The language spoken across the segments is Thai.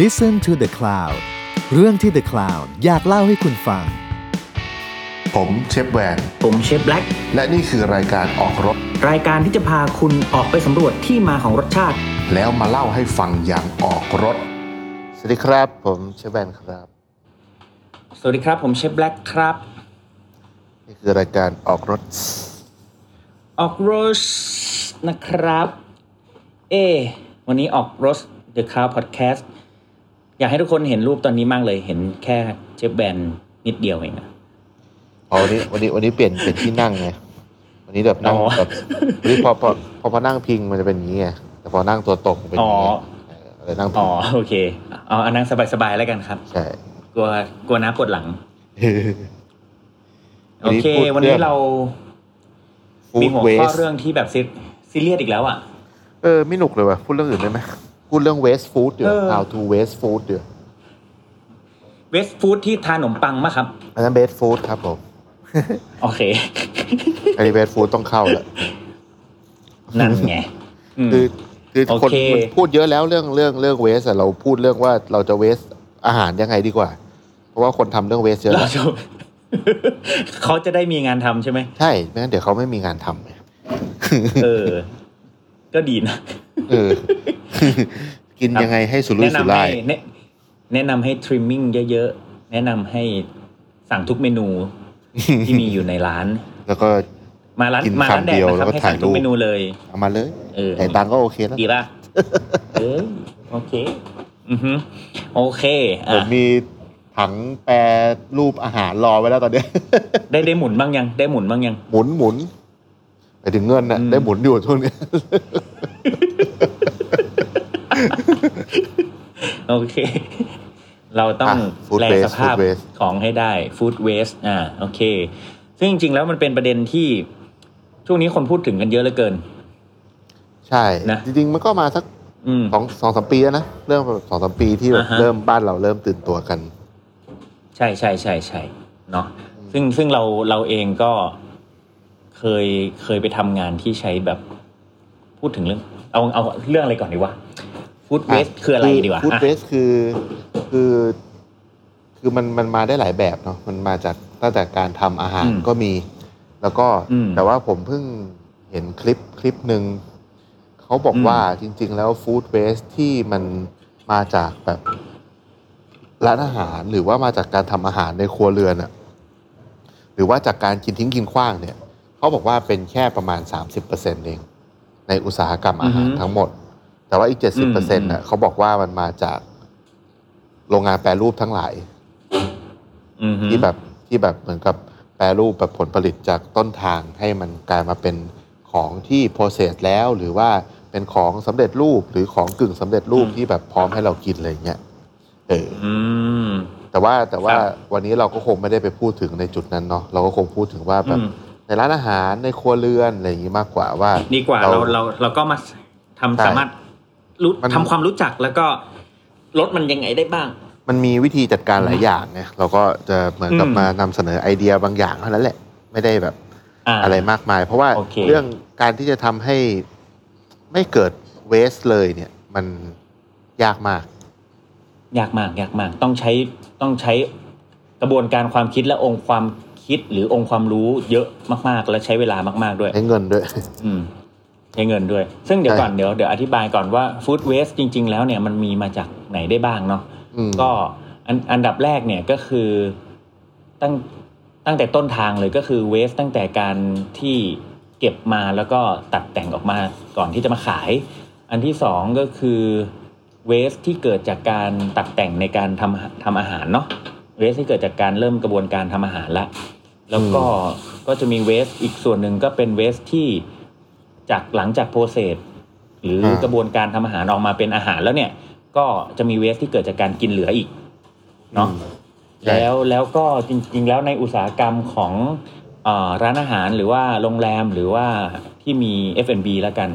Listen to the Cloud เรื่องที่ The Cloud อยากเล่าให้คุณฟัง ผมเชฟแวน ผมเชฟแบล็ก และนี่คือรายการออกรถ รายการที่จะพาคุณออกไปสำรวจที่มาของรสชาติ แล้วมาเล่าให้ฟังอย่างออกรถ สวัสดีครับ ผมเชฟแวนครับ สวัสดีครับ ผมเชฟแบล็กครับ นี่คือรายการออกรถ ออกโรสนะครับ เอะวันนี้ออกโรส The Cloud Podcast อยากให้ทุกคนเห็นรูปตอนนี้มากเลย เห็นแค่เชฟแบนนิดเดียวเองอะ อ๋อวันนี้วันนี้วันนี้เปลี่ยนเปลี่ยนที่นั่งไงวันนี้แบบนั่ง อ๋อ แบบวันนี้พอพอพอพอนั่งพิงมันจะเป็นอย่างนี้ไงแต่พอนั่งตัวตกมันเป็นอ อ๋อย่าง นี้เออเลยนั่งพิ อ๋อง โอเคเอาอันนั่งสบายๆแล้วกันครับ ใช่ กลัวกลัวน้าปวดหลัง วั โอน นี้ เค พูด วันนี้เรา ฟู้ มี ด หัว เว ข้อ ส เรื่องที่แบบซีเรียสอีกแล้วอ่ะ เออไม่หนุกเลยว่ะพูดเรื่องอื่นได้ไหมพูดเรื่องเวสฟู้ดเดี๋ยว เออ how to waste food เดี๋ยว เวสฟู้ดที่ทานขนมปังมะครับ อันนั้นเบสฟู้ดครับผม โอเค อันนี้เบสฟู้ดต้องเข้าแล้ว นั่นไงอืม คือคือ โอ คน เค มันพูดเยอะแล้วเรื่องเรื่องเรื่องเวสอะเราพูดเรื่องว่าเราจะเวสอาหารยังไงดีกว่า เพราะว่าคนทำเรื่องเวสเยอะ เรา แล้ว จะ เขาจะได้มีงานทำใช่ไหม ใช่ไม่งั้นเดี๋ยวเขาไม่มีงานทำไง เออ ก็ดีนะ เออ กินยังไงให้สุรุ่ย แนะ สุ นำ ร่า ให้ ย แนะแนะนำให้ทริมมิ่งเยอะๆ แนะนำให้สั่งทุกเมนู ที่มีอยู่ในร้าน แล้วก็ มาร้าน กิน มาร้าน คำ แด เดี ก ยว นะครับ แล้วก็ ให้สั่ง ถ่ายรู ทุก ป เมนูเลย เอามาเลย เออ ไต่ตังค์ก็โอเคแล้ว ดีป่ะ เออโอเค อือฮึโอเค ผ อ่ะ มมีถังแปรรูปอาหารรอไว้แล้วตอนเนี้ย ได้ได้หมุนบ้างยัง ได้หมุนบ้างยัง หมุนหมุนไปถึงเงินนะ อืม ได้หมุนอยู่ช่วงนี้ โอเค เราต้อง อ่ะ food แปล waste สภาพ food waste ของให้ได้ food waste อ่า โอเค ซึ่งจริงๆ แล้วมันเป็นประเด็นที่ ช่วงนี้คนพูดถึงกันเยอะเหลือเกิน ใช่ นะ จริงๆมันก็มาสัก อืม สองสองสามปีแล้วนะเรื่องแบบสองสามปีที่แบบ อ่าฮะ เริ่มบ้านเราเริ่มตื่นตัวกัน ใช่ใช่ใช่ใช่เนาะซึ่งซึ่งเราเราเองก็เคยเคยไปทำงานที่ใช้แบบพูดถึงเรื่อง เอาเอาเรื่องอะไรก่อนดีวะ food waste คืออะไรดีวะ ฟูด อ่ะ เวสคือคือ คือมันมันมาได้หลายแบบเนาะมันมาจากตั้งแต่การทำอาหาร อืม ก็มี แล้วก็ อืม แต่ว่าผมเพิ่งเห็นคลิปคลิปหนึ่งเขาบอก อืม ว่าจริง ๆ แล้วฟู้ดเวสที่มันมาจากแบบร้านอาหารหรือว่ามาจากการทำอาหารในครัวเรือนอะหรือว่าจากการกินทิ้งกินขว้างเนี่ย เขาบอกว่าเป็นแค่ประมาณ 30%เองในอุตสาหกรรมอาหาร อือฮึ ทั้งหมด แต่ว่าอีก อืม 70%น่ะเขาบอกว่ามันมาจากโรงงานแปรรูปทั้งหลาย อือฮึ ที่แบบที่แบบเหมือนกับแปรรูปแบบผลผลิตจากต้นทางให้มันกลายมาเป็นของที่โปรเซสแล้ว หรือว่าเป็นของสำเร็จรูปหรือของกึ่งสำเร็จรูป อืม ที่แบบพร้อมให้เรากินอะไรอย่างเงี้ยเออ อืม แต่ว่าแต่คว่ารับ วันนี้เราก็คงไม่ได้ไปพูดถึงในจุดนั้นเนาะเราก็คงพูดถึงว่าแบบ อืม ในร้านอาหารในครัวเรือนอะไรอย่างนี้มากกว่าว่า ดีกว่าเราเราเราก็มาทำ ใช่ สามารถรู้ มัน ทำความรู้จักแล้วก็ลดมันยังไงได้บ้าง มันมีวิธีจัดการหลายอย่างไงเราก็จะเหมือนกับ อืม มานำเสนอไอเดียบางอย่างเท่านั้นแหละ ไม่ได้แบบ อ่า อะไรมากมาย เพราะว่า โอเค เรื่องการที่จะทำให้ไม่เกิดเวสเลยเนี่ย มันยากมาก ยากมากยากมากต้องใช้ต้องใช้กระบวนการความคิดและองค์ความคิดหรือองค์ความรู้เยอะมากๆ และใช้เวลามาก ๆด้วย ใช้เงินด้วย อืมใช้เงินด้วย ซึ่งเดี๋ยว ใช่ ก่อนเดี๋ยวเดี๋ยวอธิบายก่อนว่าฟู้ดเวสจริง ๆ แล้วเนี่ยมันมีมาจากไหนได้บ้างเนาะ อืม ก็อันอันดับแรกเนี่ยก็คือตั้งตั้งแต่ต้นทางเลยก็คือเวสตั้งแต่การที่เก็บมาแล้วก็ตัดแต่งออกมาก่อนที่จะมาขาย อันที่สองก็คือเวสที่เกิดจากการตัดแต่งในการทำทำอาหารเนาะเวสที่เกิดจากการเริ่มกระบวนการทำอาหารละแล้วก็ก็จะมีเวสอีกส่วนหนึ่งก็เป็นเวสที่จากหลังจากโปรเซสหรืออา กระบวนการทำอาหารออกมาเป็นอาหารแล้วเนี่ย ก็จะมีเวสที่เกิดจากการกินเหลืออีกเนาะ อืม ใช่ แล้วแล้วก็จริง ๆ แล้วในอุตสาหกรรมของเออร้านอาหารหรือว่าโรงแรมหรือว่าที่มี F&B แล้วกัน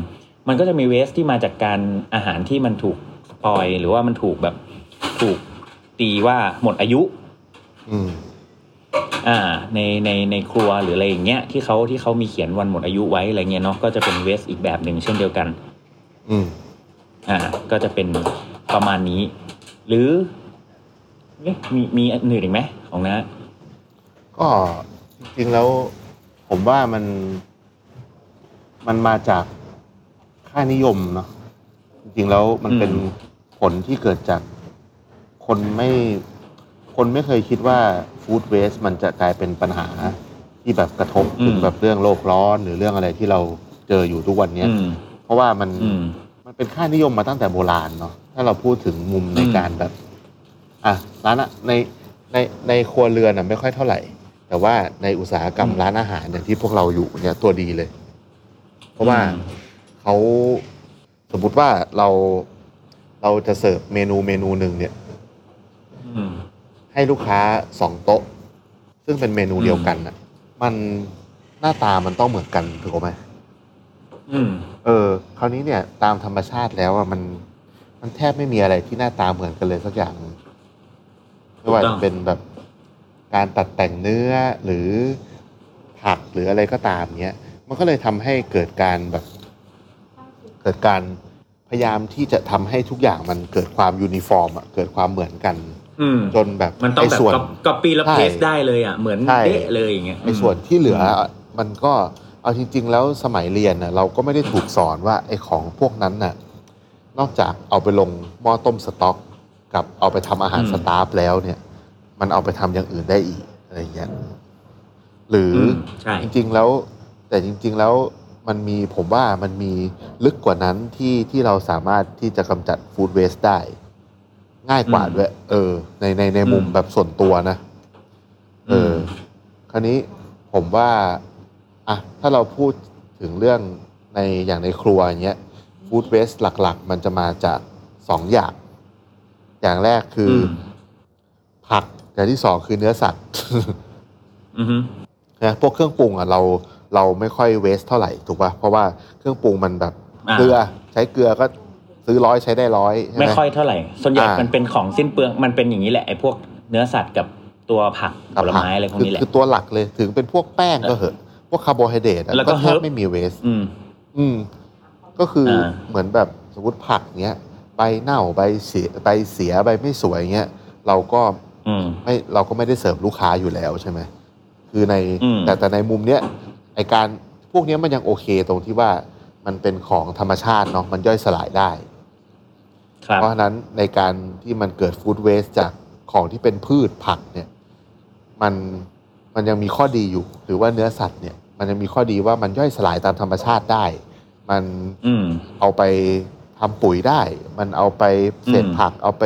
มันก็จะมีเวสที่มาจากการอาหารที่มันถูกสปอยหรือว่ามันถูกแบบถูกตีว่าหมดอายุ อืม อ่าในในในครัวหรืออะไรอย่างเงี้ยที่เขาที่เขามีเขียนวันหมดอายุไว้อะไรเงี้ยเนาะก็จะเป็นเวสอีกแบบหนึ่งเช่นเดียวกัน อืม อ่าก็จะเป็นประมาณนี้ หรือเอ๊ะมีมีอันอื่นอีกไหมของน้า ก็จริงๆแล้วผมว่ามันมันมาจากค่านิยมเนาะจริงๆแล้วมัน อืม เป็นผลที่เกิดจากคนไม่คนไม่เคยคิดว่าฟู้ดเวสมันจะกลายเป็นปัญหาที่แบบกระทบถึงแบบเรื่องโลกร้อนหรือเรื่องอะไรที่เราเจออยู่ทุกวันเนี้ย อืม เพราะว่ามัน อืม มันเป็นค่านิยมมาตั้งแต่โบราณเนาะถ้าเราพูดถึงมุมใน อืม การแบบ อ่ะร้านอะในในในครัวเรือนอะไม่ค่อยเท่าไหร่ แต่ว่าในอุตสาหกรรมร้านอาหารอย่างที่พวกเราอยู่เนี่ยตัวดีเลย เพราะว่าเขาสมมติว่าเราเราจะเสิร์ฟเมนูเมนูหนึ่งเนี่ย อืม ให้ลูกค้าสองโต๊ะ ซึ่งเป็นเมนูเดียวกันอ่ะ มันหน้าตามันต้องเหมือนกันถูกไหม อืม เออคราวนี้เนี่ยตามธรรมชาติแล้วอะมัน มันแทบไม่มีอะไรที่หน้าตาเหมือนกันเลยสักอย่างหนึ่งไม่ว่า ถูกต้ จะ อง เป็นแบบการตัดแต่งเนื้อหรือผักหรืออะไรก็ตามเนี้ย มันก็เลยทำให้เกิดการแบบ เกิดการพยายามที่จะทำให้ทุกอย่างมันเกิดความยูนิฟอร์มอะเกิดความเหมือนกัน อืม จนแบบ มันต้อง ไอ้ แบบ ส่วน ก๊อปปี้แล้ว ใช่ เพสได้เลยอ่ะ เหมือน ใช่ เด๊ะเลยอย่างเงี้ย ไอ้ส่วนที่เหลืออ่ะมันก็เอาจริง ๆ แล้วสมัยเรียนน่ะเราก็ไม่ได้ถูกสอนว่าไอ้ของพวกนั้นน่ะนอกจากเอาไปลงหม้อต้มสต๊อก กับเอาไปทำอาหารสตาฟแล้วเนี่ย มันเอาไปทำอย่างอื่นได้อีกอะไรอย่างเงี้ยหรือ อื อ มใช่ จริง ๆ แล้ว แต่จริง ๆ แล้วมันมีผมว่ามันมีลึกกว่านั้นที่ที่เราสามารถที่จะกำจัดฟู้ดเวสได้ ง่ายกว่า อืม ด้วย เออ ในในในมุม อืม แบบส่วนตัวนะ เอออ ม คราวนี้ผมว่าอ่ะถ้าเราพูดถึงเรื่องในอย่างในครัวอย่างเงี้ยฟู้ดเวสหลัก ๆ มันจะมาจากสองอย่าง อย่างแรกคืออ ม ผัก อย่างที่สองคือเนื้อสัตว์ อือฮึ นะพวกเครื่องปรุงอ่ะเราเราไม่ค่อยเวสเท่าไหร่ถูกป่ะเพราะว่าเครื่องปรุงมันแบบ ะ เกลือใช้เกลือก็ซื้อร้อยใช้ได้ร้อยใช่ไหม ไม่ค่อยเท่าไหร่ ส่วนใหญ่ อ่ามั มันเป็นของสิ้นเปลือง มันเป็นอย่างนี้แหละไอ้พวกเนื้อสัตว์กับตัวผักผ กับ ล ผั ไม้อะไรพวก คื นี้แหละ คือตัวหลักเลยถึงเป็นพวกแป้งก็เหอะพวกคาร์โบไฮเดรตอะ แล้วก็ ก็แทบ herb ไม่มีเวส อืม อืมก็คืออา เหมือนแบบสมมติผักเนี้ยใบเน่าใบเสียใบเสียใบไม่สวยเงี้ยเราก็ อืม ไม่เราก็ไม่ได้เสิร์ฟลูกค้าอยู่แล้วใช่ไหมคือใน อืม แต่แต่ในมุมเนี้ยไอการพวกเนี้ยมันยังโอเคตรงที่ว่ามันเป็นของธรรมชาติเนาะมันย่อยสลายได้ ครับ เพราะฉะนั้นในการที่มันเกิดฟู้ดเวสจากของที่เป็นพืชผักเนี่ยมันมันยังมีข้อดีอยู่ หรือว่าเนื้อสัตว์เนี่ยมันยังมีข้อดีว่ามันย่อยสลายตามธรรมชาติได้ มัน อืม เอาไปทำปุ๋ยได้ มันเอาไปเศษ อืม ผัก เอาไป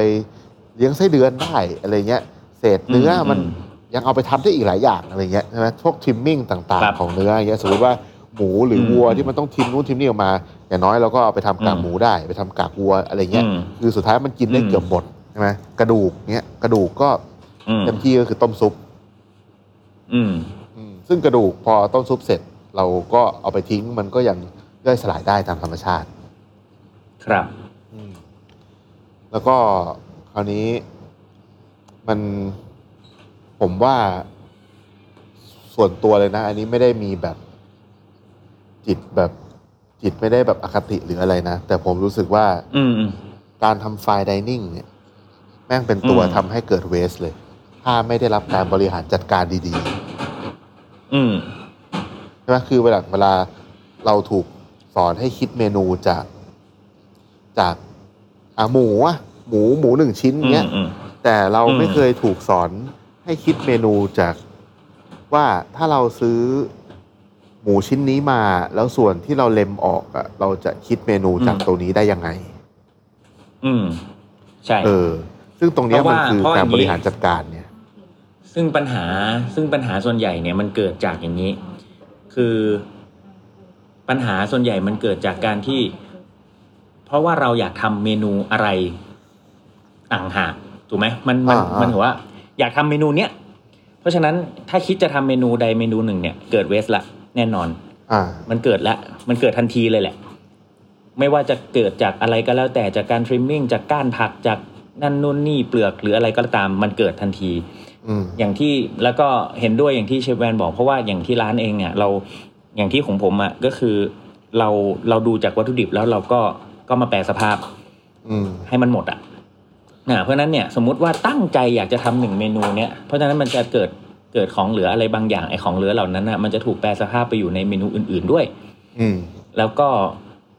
เลี้ยงไส้เดือนได้อะไรเงี้ยเศษเนื้ออ ม มัน อืม ยังเอาไปทำได้อีกหลายอย่างอะไรเงี้ยใช่ไหมพวกทริมมิ่งต่าง ครับ ๆ ของเนื้ออย่างเงี้ยสมมติว่าหมูหรืออ ม วัว อืม ที่มันต้องทิมนู่นทิมนี่ออกมา อย่างน้อยเราก็เอาไปทำกาก อืม หมูได้ไปทำกากวัวอะไรเงี้ย อืม คือสุดท้ายมันกินได้ อืม เกือบหมดใช่ไหมกระดูกเนี้ยกระดูกก็ อืม เต็มที่ก็คือต้มซุป อืม อืมซึ่งกระดูกพอต้มซุปเสร็จ เราก็เอาไปทิ้งมันก็ยังย่อยสลายได้ตามธรรมชาติ ครับ อืมแล้วก็คราวนี้มันผมว่าส่วนตัวเลยนะ อันนี้ไม่ได้มีแบบจิตแบบจิตไม่ได้แบบอคติหรืออะไรนะ แต่ผมรู้สึกว่า อืมอืม การทำไฟน์ไดิเนิ่งเนี่ยแม่งเป็นตัว อืม ทำให้เกิดเวสเลย ถ้าไม่ได้รับการบริหารจัดการดี ๆ อืม ใช่ไหมคือเวลาเวลาเราถูกสอนให้คิดเมนูจากจากอ่ะหมูอะหมูหมูหนึ่งชิ้น อืม เนี้ย อืม แต่เรา อืม ไม่เคยถูกสอนให้คิดเมนูจากว่าถ้าเราซื้อหมูชิ้นนี้มา แล้วส่วนที่เราเล็มออกอะเราจะคิดเมนูจากตัวนี้ได้ยังไง อืม ใช่ เออ ซึ่งตรงเนี้ย เพราะ มัน ว่า คือ เพราะ การ อย่างนี้ บริหารจัดการเนี่ย ซึ่งปัญหาซึ่งปัญหาส่วนใหญ่เนี่ยมันเกิดจากอย่างนี้ คือปัญหาส่วนใหญ่มันเกิดจากการที่ เพราะว่าเราอยากทำเมนูอะไรต่างหากถูกไหมมันมัน อ่าอ่ามั มันถือว่า อยากทำเมนูเนี้ยเพราะฉะนั้นถ้าคิดจะทำเมนูใดเมนูหนึ่งเนี่ยเกิดเวสละแน่นอน อ่า มันเกิดละ มันเกิดทันทีเลยแหละ ไม่ว่าจะเกิดจากอะไรก็แล้วแต่จากการทริมมิ่งจากก้านผักจากนั่นนู่นนี่เปลือกหรืออะไรก็ตาม มันเกิดทันที อืม อย่างที่แล้วก็เห็นด้วยอย่างที่เชฟแวนบอกเพราะว่าอย่างที่ร้านเองเนี่ยเราอย่างที่ของผมอะ่ะก็คือเราเราดูจากวัตถุดิบแล้วเราก็ก็มาแปลสภาพ อืม ให้มันหมดอะ่ะ นะเพราะฉะนั้นเนี่ยสมมติว่าตั้งใจอยากจะทำหนึ่งเมนูเนี่ยเพราะฉะนั้นมันจะเกิดเกิดของเหลืออะไรบางอย่างไอ้ของเหลือเหล่านั้นน่ะมันจะถูกแปลสภาพไปอยู่ในเมนูอื่น ๆด้วย อืม แล้วก็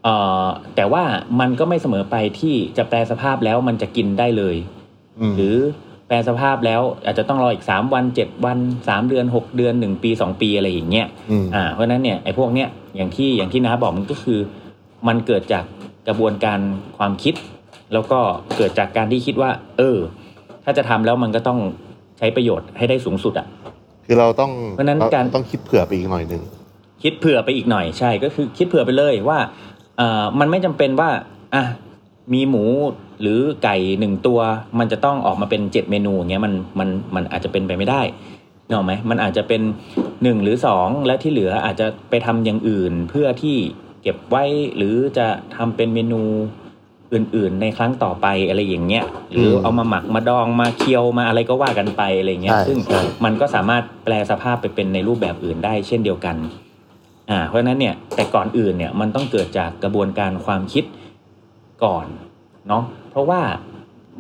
เอ่อแต่ว่ามันก็ไม่เสมอไปที่จะแปลสภาพแล้วมันจะกินได้เลย อืม หรือแปลสภาพแล้วอาจจะต้องรออีก 3 วัน 7 วัน 3 เดือน 6 เดือน 1 ปี 2 ปีอะไรอย่างเงี้ย อืม อ่าเพราะฉะนั้นเนี่ยไอ้พวกเนี้ยอย่างที่อย่างที่น้าบอกมันก็คือ มันเกิดจากกระบวนการความคิด แล้วก็เกิดจากการที่คิดว่า เออ ถ้าจะทำแล้วมันก็ต้องใช้ประโยชน์ให้ได้สูงสุดอ่ะ คือเราต้อง เพราะฉะนั้นการ ต้องคิดเผื่อไปอีกหน่อยหนึ่ง คิดเผื่อไปอีกหน่อยใช่ก็คือคิดเผื่อไปเลยว่าเอ่อมันไม่จำเป็นว่าอ่ะมีหมูหรือไก่หนึ่งตัว มันจะต้องออกมาเป็นเจ็ดเมนูอย่างเงี้ยมันมันมันอาจจะเป็นไปไม่ได้เนกอะไหมมันอาจจะเป็นหนึ่งหรือสองและที่เหลืออาจจะไปทำอย่างอื่นเพื่อที่เก็บไว้หรือจะทำเป็นเมนูอื่น ๆ ในครั้งต่อไปอะไรอย่างเงี้ยหรือเอามาหมักมาดองมาเคี่ยวมาอะไรก็ว่ากันไปอะไรอย่างเงี้ย ใช่ ซึ่ง ใช่ มันก็สามารถแปลสภาพไปเป็นในรูปแบบอื่นได้เช่นเดียวกัน อ่า เพราะฉะนั้นเนี่ย แต่ก่อนอื่นเนี่ย มันต้องเกิดจากกระบวนการความคิดก่อน เนาะ เพราะว่า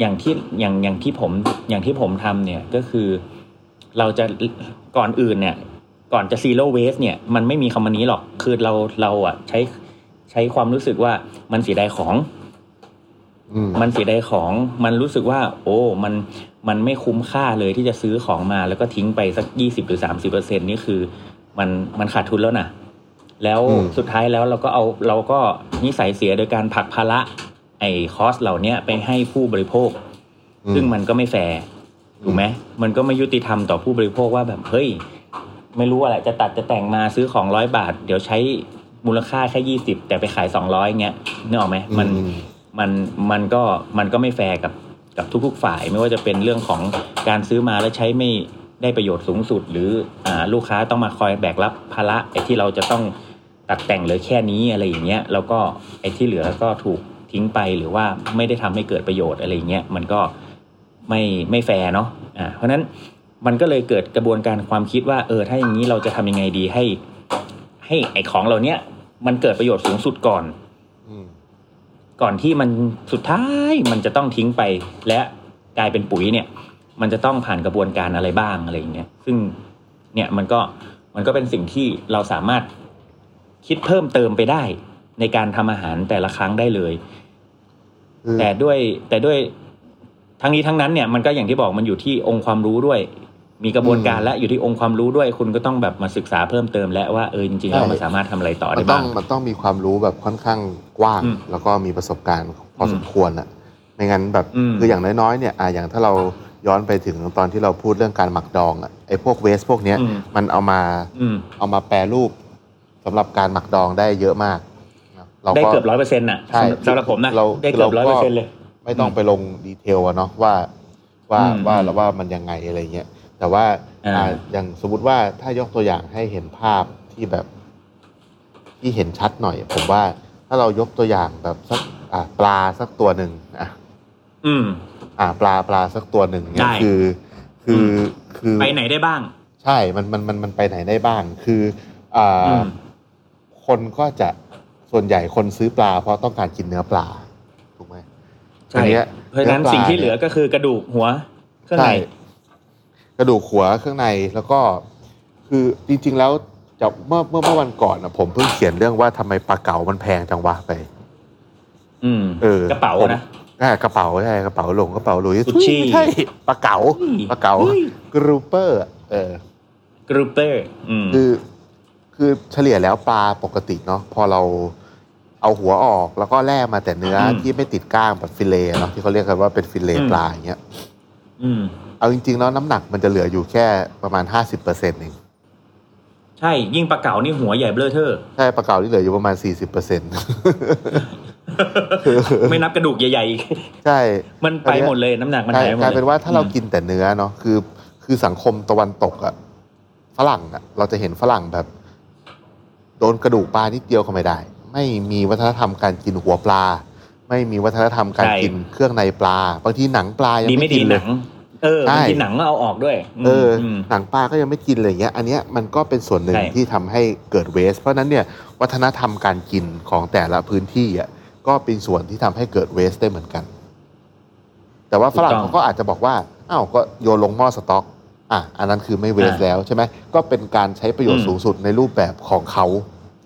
อย่างที่อย่างอย่างที่ผมอย่างที่ผมทำเนี่ยก็คือเราจะก่อนอื่นเนี่ย ก่อนจะ zero waste เนี่ย มันไม่มีคำนี้หรอก คือเราเราอ่ะใช้ใช้ความรู้สึกว่ามันเสียดายของ อืม มันเสียดายของมันรู้สึกว่า โอ้ มันมันไม่คุ้มค่าเลยที่จะซื้อของมาแล้วก็ทิ้งไปสักยี่สิบหรือสามสิบเปอร์เซ็นนี่คือ มันมันขาดทุนแล้วนะแล้วสุดท้ายแล้วเราก็เอาเราก็นิสัยเสียโดยการผลักภาระไอ้คอสเหล่าเนี้ยไปให้ผู้บริโภค อืม ซึ่งมันก็ไม่แฟร์ถูกไหมมันก็ไม่ยุติธรรมต่อผู้บริโภคว่าแบบเฮ้ย ไม่รู้อะไรจะตัดจะแต่งมาซื้อของร้อยบาท เดี๋ยวใช้มูลค่าแค่ยี่สิบแต่ไปขายสองร้อยเงี้ยนึกออกไหมมัน อืม มันมันก็มันก็ไม่แฟร์กับกับทุกๆฝ่าย ไม่ว่าจะเป็นเรื่องของการซื้อมาแล้วใช้ไม่ได้ประโยชน์สูงสุด หรืออ่าลูกค้าต้องมาคอยแบกรับภาระไอ้ที่เราจะต้องตัดแต่งเหลือแค่นี้อะไรอย่างเงี้ยแล้วก็ไอ้ที่เหลือก็ถูกทิ้งไปหรือว่าไม่ได้ทำให้เกิดประโยชน์อะไรอย่างเงี้ยมันก็ไม่ไม่แฟร์เนาะอ่าเพราะฉะนั้นมันก็เลยเกิดกระบวนการความคิดว่าเออถ้าอย่างนี้เราจะทำยังไงดีให้ ให้ไอ้ของเราเนี้ยมันเกิดประโยชน์สูงสุดก่อน อืม ก่อนที่มันสุดท้ายมันจะต้องทิ้งไปและกลายเป็นปุ๋ยเนี่ย มันจะต้องผ่านกระบวนการอะไรบ้างอะไรอย่างเงี้ยซึ่งเนี่ยมันก็มันก็เป็นสิ่งที่เราสามารถคิดเพิ่มเติมไปได้ ในการทำอาหารแต่ละครั้งได้เลย อืม แต่ด้วยแต่ด้วยทั้งนี้ทั้งนั้นเนี่ยมันก็อย่างที่บอกมันอยู่ที่องค์ความรู้ด้วย มีกระบวนการและอยู่ที่องค์ความรู้ด้วย คุณก็ต้องแบบมาศึกษาเพิ่มเติมและว่าเออจริงๆแล้วมันสามารถทำอะไรต่อ มั ได้ นต้อ บ้าง ง มันต้องมีความรู้แบบค่อนข้างกว้าง อืม แล้วก็มีประสบการณ์พออ ม สมควรอะไม่งั้นแบบ อืม คืออย่างน้อยๆเนี่ยอ่ะอย่างถ้าเราย้อนไปถึงตอนที่เราพูดเรื่องการหมักดองอะไอ้พวกเวสพวกเนี้ย อืม มันเอามา อืม เอามาแปรรูปสำหรับการหมักดองได้เยอะมากนะเรา ได้ ก็ เกือบร้อยเปอร์เซ็นต์น่ะ ใช่ สำหรับผมนะ เรา ได้เกือบ เรา ร้อยเปก็อร์เซ็นต์เลย ไม่ต้องไปลงดีเทลอะเนาะว่าว่า อืม ว่า อืม แล้วว่ามันยังไงอะไรเงี้ยแต่ว่า อ่า อ่าอย่างสมมติว่าถ้ายกตัวอย่างให้เห็นภาพที่แบบ ที่เห็นชัดหน่อย ผมว่าถ้าเรายกตัวอย่างแบบสักอ่าปลาสักตัวหนึ่งอ่ะ อืม อ่าปลาปลาสักตัวหนึ่งเนี่ย ได้ คือ คือ ม คือ ไปไหนได้บ้าง ใช่มันมันมันมันไปไหนได้บ้าง คืออ่ อื าม คนก็จะส่วนใหญ่คนซื้อปลา เพราะต้องการกินเนื้อปลาถูกไหม ใช่ อันนี้ย เพราะฉะนั้น ปล สิ่งที่ ย เหลือก็คือกระดูกหัวเครื่องใน ใช่กระดูกหัวเครื่องในแล้วก็คือจริงๆแล้วจากเมื่อเมื่อเมื่อวันก่อนนะผมเพิ่งเขียนเรื่องว่าทำไมปลาเก๋ามันแพงจังวะไป อืม เออก ระเป๋า ผม นะ อ่ากระเป๋าใช่กระเป๋าหลงกระเป๋าหลุยส์ กุชชี่ ไม่ใช่ปลาเก๋าปลาเก๋ากรูเปอร์ เออ กรูเปอร์อืม คือคือเฉลี่ยแล้วปลาปกติเนาะพอเราเอาหัวออกแล้วก็แล่มาแต่เนื้ออ ม ที่ไม่ติดกล้างแบบฟิเลเนาะที่เขาเรียกกันว่าเป็นฟิเล อืม ปลาอย่างเงี้ย อืม เอาจริงๆแล้วน้ำหนักมันจะเหลืออยู่แค่ประมาณ 50%เอง ใช่ยิ่งปลาเก๋านี่หัวใหญ่เบ้อเทอร์ ใช่ปลาเก๋าที่เหลืออยู่ประมาณ 40เปอร์เซ็นต์ ไม่นับกระดูกใหญ่ๆอีก ใช่ มันไปหมดเลยน้ำหนักมัน กลา หาย ยไปหมด กลาย เลย เป็นว่าถ้าเรา อืม กินแต่เนื้อเนาะคือคือสังคมตะวันตกอะฝรั่งอะเราจะเห็นฝรั่งแบบ โดนกระดูกปลานิดเดียวก็ไม่ได้ ไม่มีวัฒนธรรมการกินหัวปลา ไม่มีวัฒนธรรมการ ใช่ กินเครื่องในปลาบางทีหนังปลายัง ดีไม่ ไม่ ดี กิหนเล นั ย ง เออ ใช่ บางทีหนังก็เอาออกด้วยม เอออ ม หนังปลาก็ยังไม่กินเลยอย่างเงี้ย อันเนี้ยมันก็เป็นส่วนหนึ่ง ใช่ ที่ทำให้เกิดเวส เพราะฉะนั้นเนี่ยวัฒนธรรมการกินของแต่ละพื้นที่อ่ะก็เป็นส่วนที่ทำให้เกิดเวสได้เหมือนกัน แต่ว่าฝรั่ง ถูกต้อง เขาก็อาจจะบอกว่าอ้าวก็โยนลงหม้อสต๊อก อ่ะอันนั้นคือไม่เวส อ่า แล้วใช่ไหมก็เป็นการใช้ประโยชน์ อืม สูงสุดในรูปแบบของเขา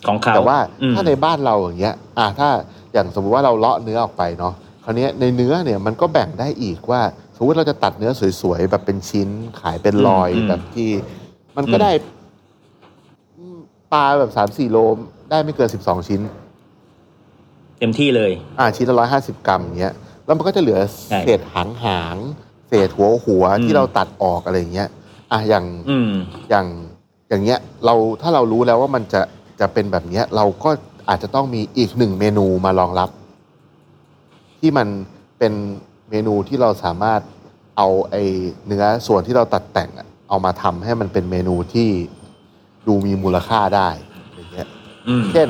ของเขา แต่ว่า อืม ถ้าในบ้านเราอย่างเงี้ย อ่าถ้าอย่างสมมติว่าเราเลาะเนื้อออกไปเนาะ คราวเนี้ยในเนื้อเนี่ยมันก็แบ่งได้อีกว่า สมมติเราจะตัดเนื้อสวยๆแบบเป็นชิ้นขายเป็นรอย อืม แบบที่ มันก็ อืม ได้อืมปลาแบบสามสี่โลได้ไม่เกินสิบสองชิ้น เต็มที่เลย อ่าชิ้นละร้อยห้าสิบกรัมอย่างเงี้ย แล้วมันก็จะเหลือ ใช่ เศษหางหางๆเศษหัวหัว อืม ที่เราตัดออกอะไรอย่างเงี้ย อ่ะอย่าง อืม อย่างอย่างเงี้ยเราถ้าเรารู้แล้วว่ามันจะจะเป็นแบบเนี้ยเราก็อาจจะต้องมีอีกหนึ่งเมนูมารองรับ ที่มันเป็นเมนูที่เราสามารถเอาไอเนื้อส่วนที่เราตัดแต่งอะเอามาทำให้มันเป็นเมนูที่ดูมีมูลค่าได้อย่างเงี้ย อืม เช่น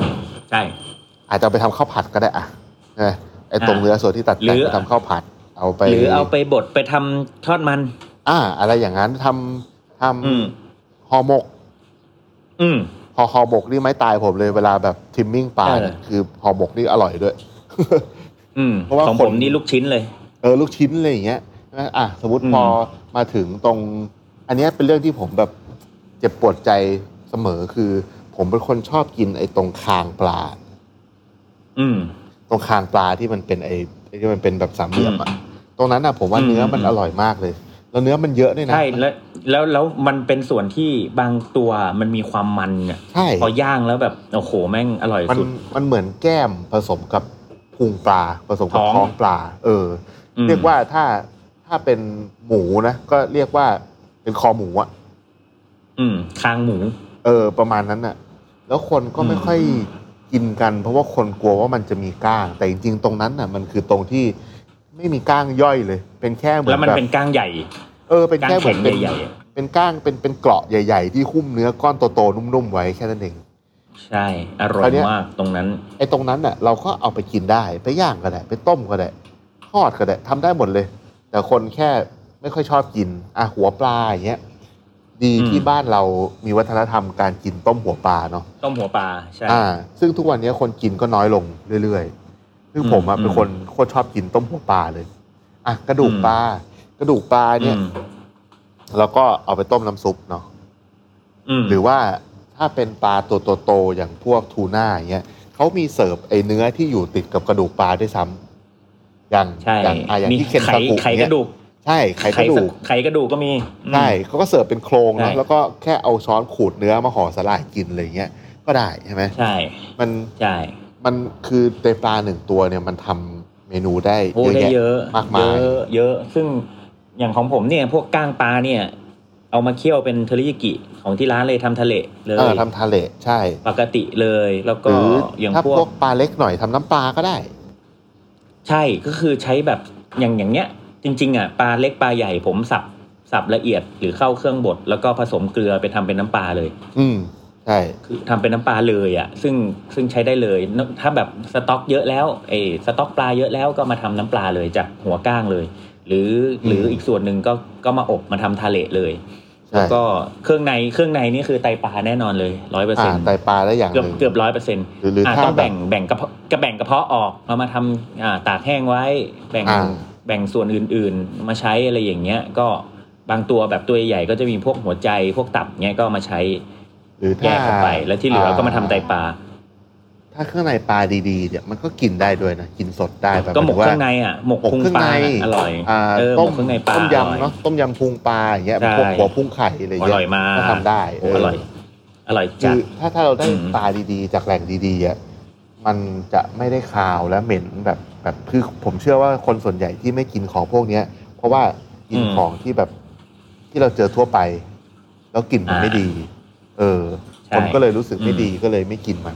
ใช่ อาจจะเอาไปทำข้าวผัดก็ได้อะใช่ไหมไอตรง อ่า เนื้อส่วนที่ตัดแต่ง หรือ ไปทำข้าวผัด เอาไป หรือเอาไปบดไปทำทอดมัน อ่า อะไรอย่างนั้นทำทำ อืม ห่อหมก อืม พอห่อหมกนี่ไม้ตายผมเลยเวลาแบบทิมมิ่งปลาเนี่ย เออ คือห่อหมกนี่อร่อย ด้วย อืม เพราะว่า ของ ค ผ น มนี่ลูกชิ้นเลย เออลูกชิ้นอะไรอย่างเงี้ยใช่ไหมอ่ะสมมติ อืม พอมาถึงตรง อันเนี้ยเป็นเรื่องที่ผมแบบเจ็บปวดใจเสมอคือ ผมเป็นคนชอบกินไอ้ตรงคางปลา อืม ตรงคางปลาที่มันเป็นไอ้ไอ้ที่มันเป็นแบบสามเหลี่ยมอ่ะตรงนั้นอ่ะผมว่า อืม เนื้อมัน อืม อร่อยมากเลย แล้วเนื้อมันเยอะด้วยนะ ใช่แล้วแล้วแล้วมันเป็นส่วนที่บางตัวมันมีความมันเนี่ย ใช่ พอย่างแล้วแบบโอ้โหแม่งอร่อย มัน สุด มันเหมือนแก้มผสมกับพุงปลาผสมกับ ท้อง ท้องปลา เออ อืม เรียกว่าถ้าถ้าเป็นหมูนะ ก็เรียกว่าเป็นคอหมูอะ อืมคางหมู เออ ประมาณนั้นน่ะ แล้วคนก็ไม่ อืม ค่อยกินกัน เพราะว่าคนกลัวว่ามันจะมีก้าง แต่จริงๆตรงนั้นน่ะ มันคือตรงที่ไม่มีก้างย่อยเลย เป็นแค่เหมือ แล้ว น มัน แบบ เป็นกางใหญ่ เออเป็น กาง แค่เหมื แข็ อน ง เป็น ใหญ่ๆอะ เป็นก้างเป็นเป็นเกราะใหญ่ ๆ ที่หุ้มเนื้อก้อนโตๆนุ่มๆไว้แค่นั้นเอง ใช่อร่อยคราวเนี้ย มากตรงนั้น ไอ้ตรงนั้นน่ะเราก็เอาไปกินได้ไปย่างก็ได้ไปต้มก็ได้ทอดก็ได้ทำได้หมดเลย แต่คนแค่ไม่ค่อยชอบกินอ่ะหัวปลาอย่างเงี้ยดี อืม ที่บ้านเรามีวัฒนธรรมการกินต้มหัวปลาเนาะ ต้มหัวปลาใช่ อ่า ซึ่งทุกวันเนี้ยคนกินก็น้อยลงเรื่อยๆซึ่งผมอะ อืม เป็นคนโคตรชอบกินต้มหัวปลาเลยอ่ะกระดูก อืม ปลากระดูกปลาเนี่ย อืม เราก็เอาไปต้มน้ำซุปเนาะ อืม หรือว่าถ้าเป็นปลาตัวโตๆอย่างพวกทูน่าอย่างเงี้ยเขามีเสิร์ฟไอเนื้อที่อยู่ติดกับกระดูกปลาด้วยซ้ำอย่าง ใช่ อย่างอะอย่างที่เคน ไข ซากุ ไขก เนี่ย ระดูก ใช่ไข่กระดูก ไขกระดูกก็มีอืม ใช่เขาก็เสิร์ฟเป็นโครง ใช่ เนาะแล้วก็แค่เอาช้อนขูดเนื้อมาห่อสลายกินอะไรเงี้ยก็ได้ใช่ไหม ใช่ มัน ใช่ มันคือเตปลาหนึ่งตัวเนี่ยมันทำเมนูได้ โอ้ เยอะ ได้ แยะ เยอะ มากมาย เยอะเยอะ ซึ่งอย่างของผมเนี่ยพวกก้างปลาเนี่ย เอามาเคี่ยวเป็นเทอริยากิของที่ร้านเลยทำทะเลเล เอย อทำทาเละใช่ ปกติเลย แล้ว ห ก็ รือ อย่าง ถ้า พว พว ก กปลาเล็กหน่อยทำน้ำปลาก็ได้ ใช่ก็คือใช้แบบอย่างอย่างเนี้ย จริง ๆอ่ะปลาเล็กปลาใหญ่ผมสับสับละเอียดหรือเข้าเครื่องบดแล้วก็ผสมเกลือไปทำเป็นน้ำปลาเลย อืมใช่ คือทำเป็นน้ำปลาเลยอะ่ะ ซึ่งซึ่งใช้ได้เลยนอกถ้าแบบสต็อกเยอะแล้วเออสต็อกปลาเยอะแล้วก็มาทำน้ำปลาเลยจากหัวก้างเลย หรือ อืม หรืออีกส่วนหนึ่งก็ก็มาอบมาทำทาเละเลย ใช่ แล้วก็เครื่องในเครื่องในนี่คือไตปลาแน่นอนเลยร้อยเปอร์ อ่า เซ็นต์ ไตปลาได้อย่างห เกือบ นึ่ง เกือบร้อยเปอร์เซ็นต์ หรือหรือ อ่า ถ้า ต้อง แบ แบ่ บ งแบ่งกระเพาะกระแบ่งกระเพาะออกมามาทำอ่าตากแห้งไว้ แบ่ง อ่า แบ่งส่วนอื่นๆ มาใช้อะไรอย่างเงี้ย ก็บางตัวแบบตัวใหญ่ๆก็จะมีพวกหัวใจพวกตับเงี้ยก็เอามาใช้ หรือ แย ถ้าก ออกไป แล้วที่เหลือก็มาทำไตปลา ถ้าเครื่องในปลาดีๆเนี่ยมันก็กินได้ด้วยนะ กินสดได้แบบ ก็หมก าเคยถึ รื่องในอ่ะ หมก หมก พุง เครื่อง ปลา ใน น่ะอร่อย อ่า เออห ต้ ม ม กเครื่องในปลา ต้ม อร่อย ำเนาะต้มยำพุงปลาอย่างเงี้ยพวกหัวพุงไข่อะไร อ เงี้ ร่อย ย มาก ก็ทำได้ โอ้อร่อย อร่อย คื จัด อถ้าถ้าเราได้ อืม ปลาดีๆ จากแหล่งดีๆอ่ะมันจะไม่ได้คาวและเหม็นแบบแบบคือผมเชื่อว่าคนส่วนใหญ่ที่ไม่กินของพวกเนี้ย เพราะว่ากินของที่แบบที่เราเจอทั่วไป แล้วกลิ่นมันไม่ดี เออคนก็เลยรู้สึกไม่ดีก็เลยไม่กินมัน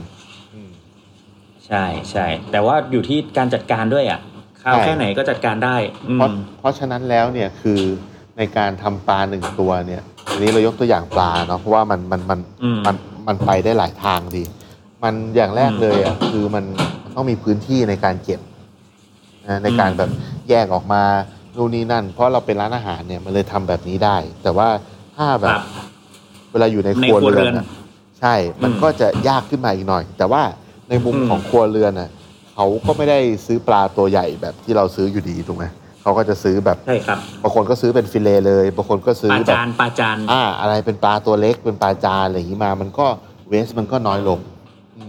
อืม ใช่ใช่แต่ว่าอยู่ที่การจัดการด้วยอ่ะข้าว ใช่ แค่ไหนก็จัดการได้อืม เพราะเพราะฉะนั้นแล้วเนี่ยคือในการทำปลาหนึ่งตัวเนี่ยอันนี้เรายกตัวอย่างปลาเนาะเพราะว่ามันมันมัน อืม มันมันไปได้หลายทางดี มันอย่างแรก อืม เลยอ่ะคือมันมันต้องมีพื้นที่ในการเก็บนะในการ อืม แบบแยกออกมานู่นนี่นั่น เพราะเราเป็นร้านอาหารเนี่ยมันเลยทำแบบนี้ได้ แต่ว่าถ้าแบ ค บ รับ เวลาอยู่ในค ใน รัว ครัวเรื เรือ อนนอะใช่ มัน อืม ก็จะยากขึ้นมาอีกหน่อย แต่ว่าในมุม อืม ของครัวเรือนอ่ะเขาก็ไม่ได้ซื้อปลาตัวใหญ่แบบที่เราซื้ออยู่ดีถูกไหม เ เขาก็จะซื้อแบบ ใช่ครับ บางคนก็ซื้อเป็นฟิเลเลยบางคนก็ซื้อ ปลา แบบ จานปลาจาน อ่า อะไรเป็นปลาตัวเล็กเป็นปลาจานอะไรอย่างนี้มา มันก็เวสมันก็น้อยลงอืม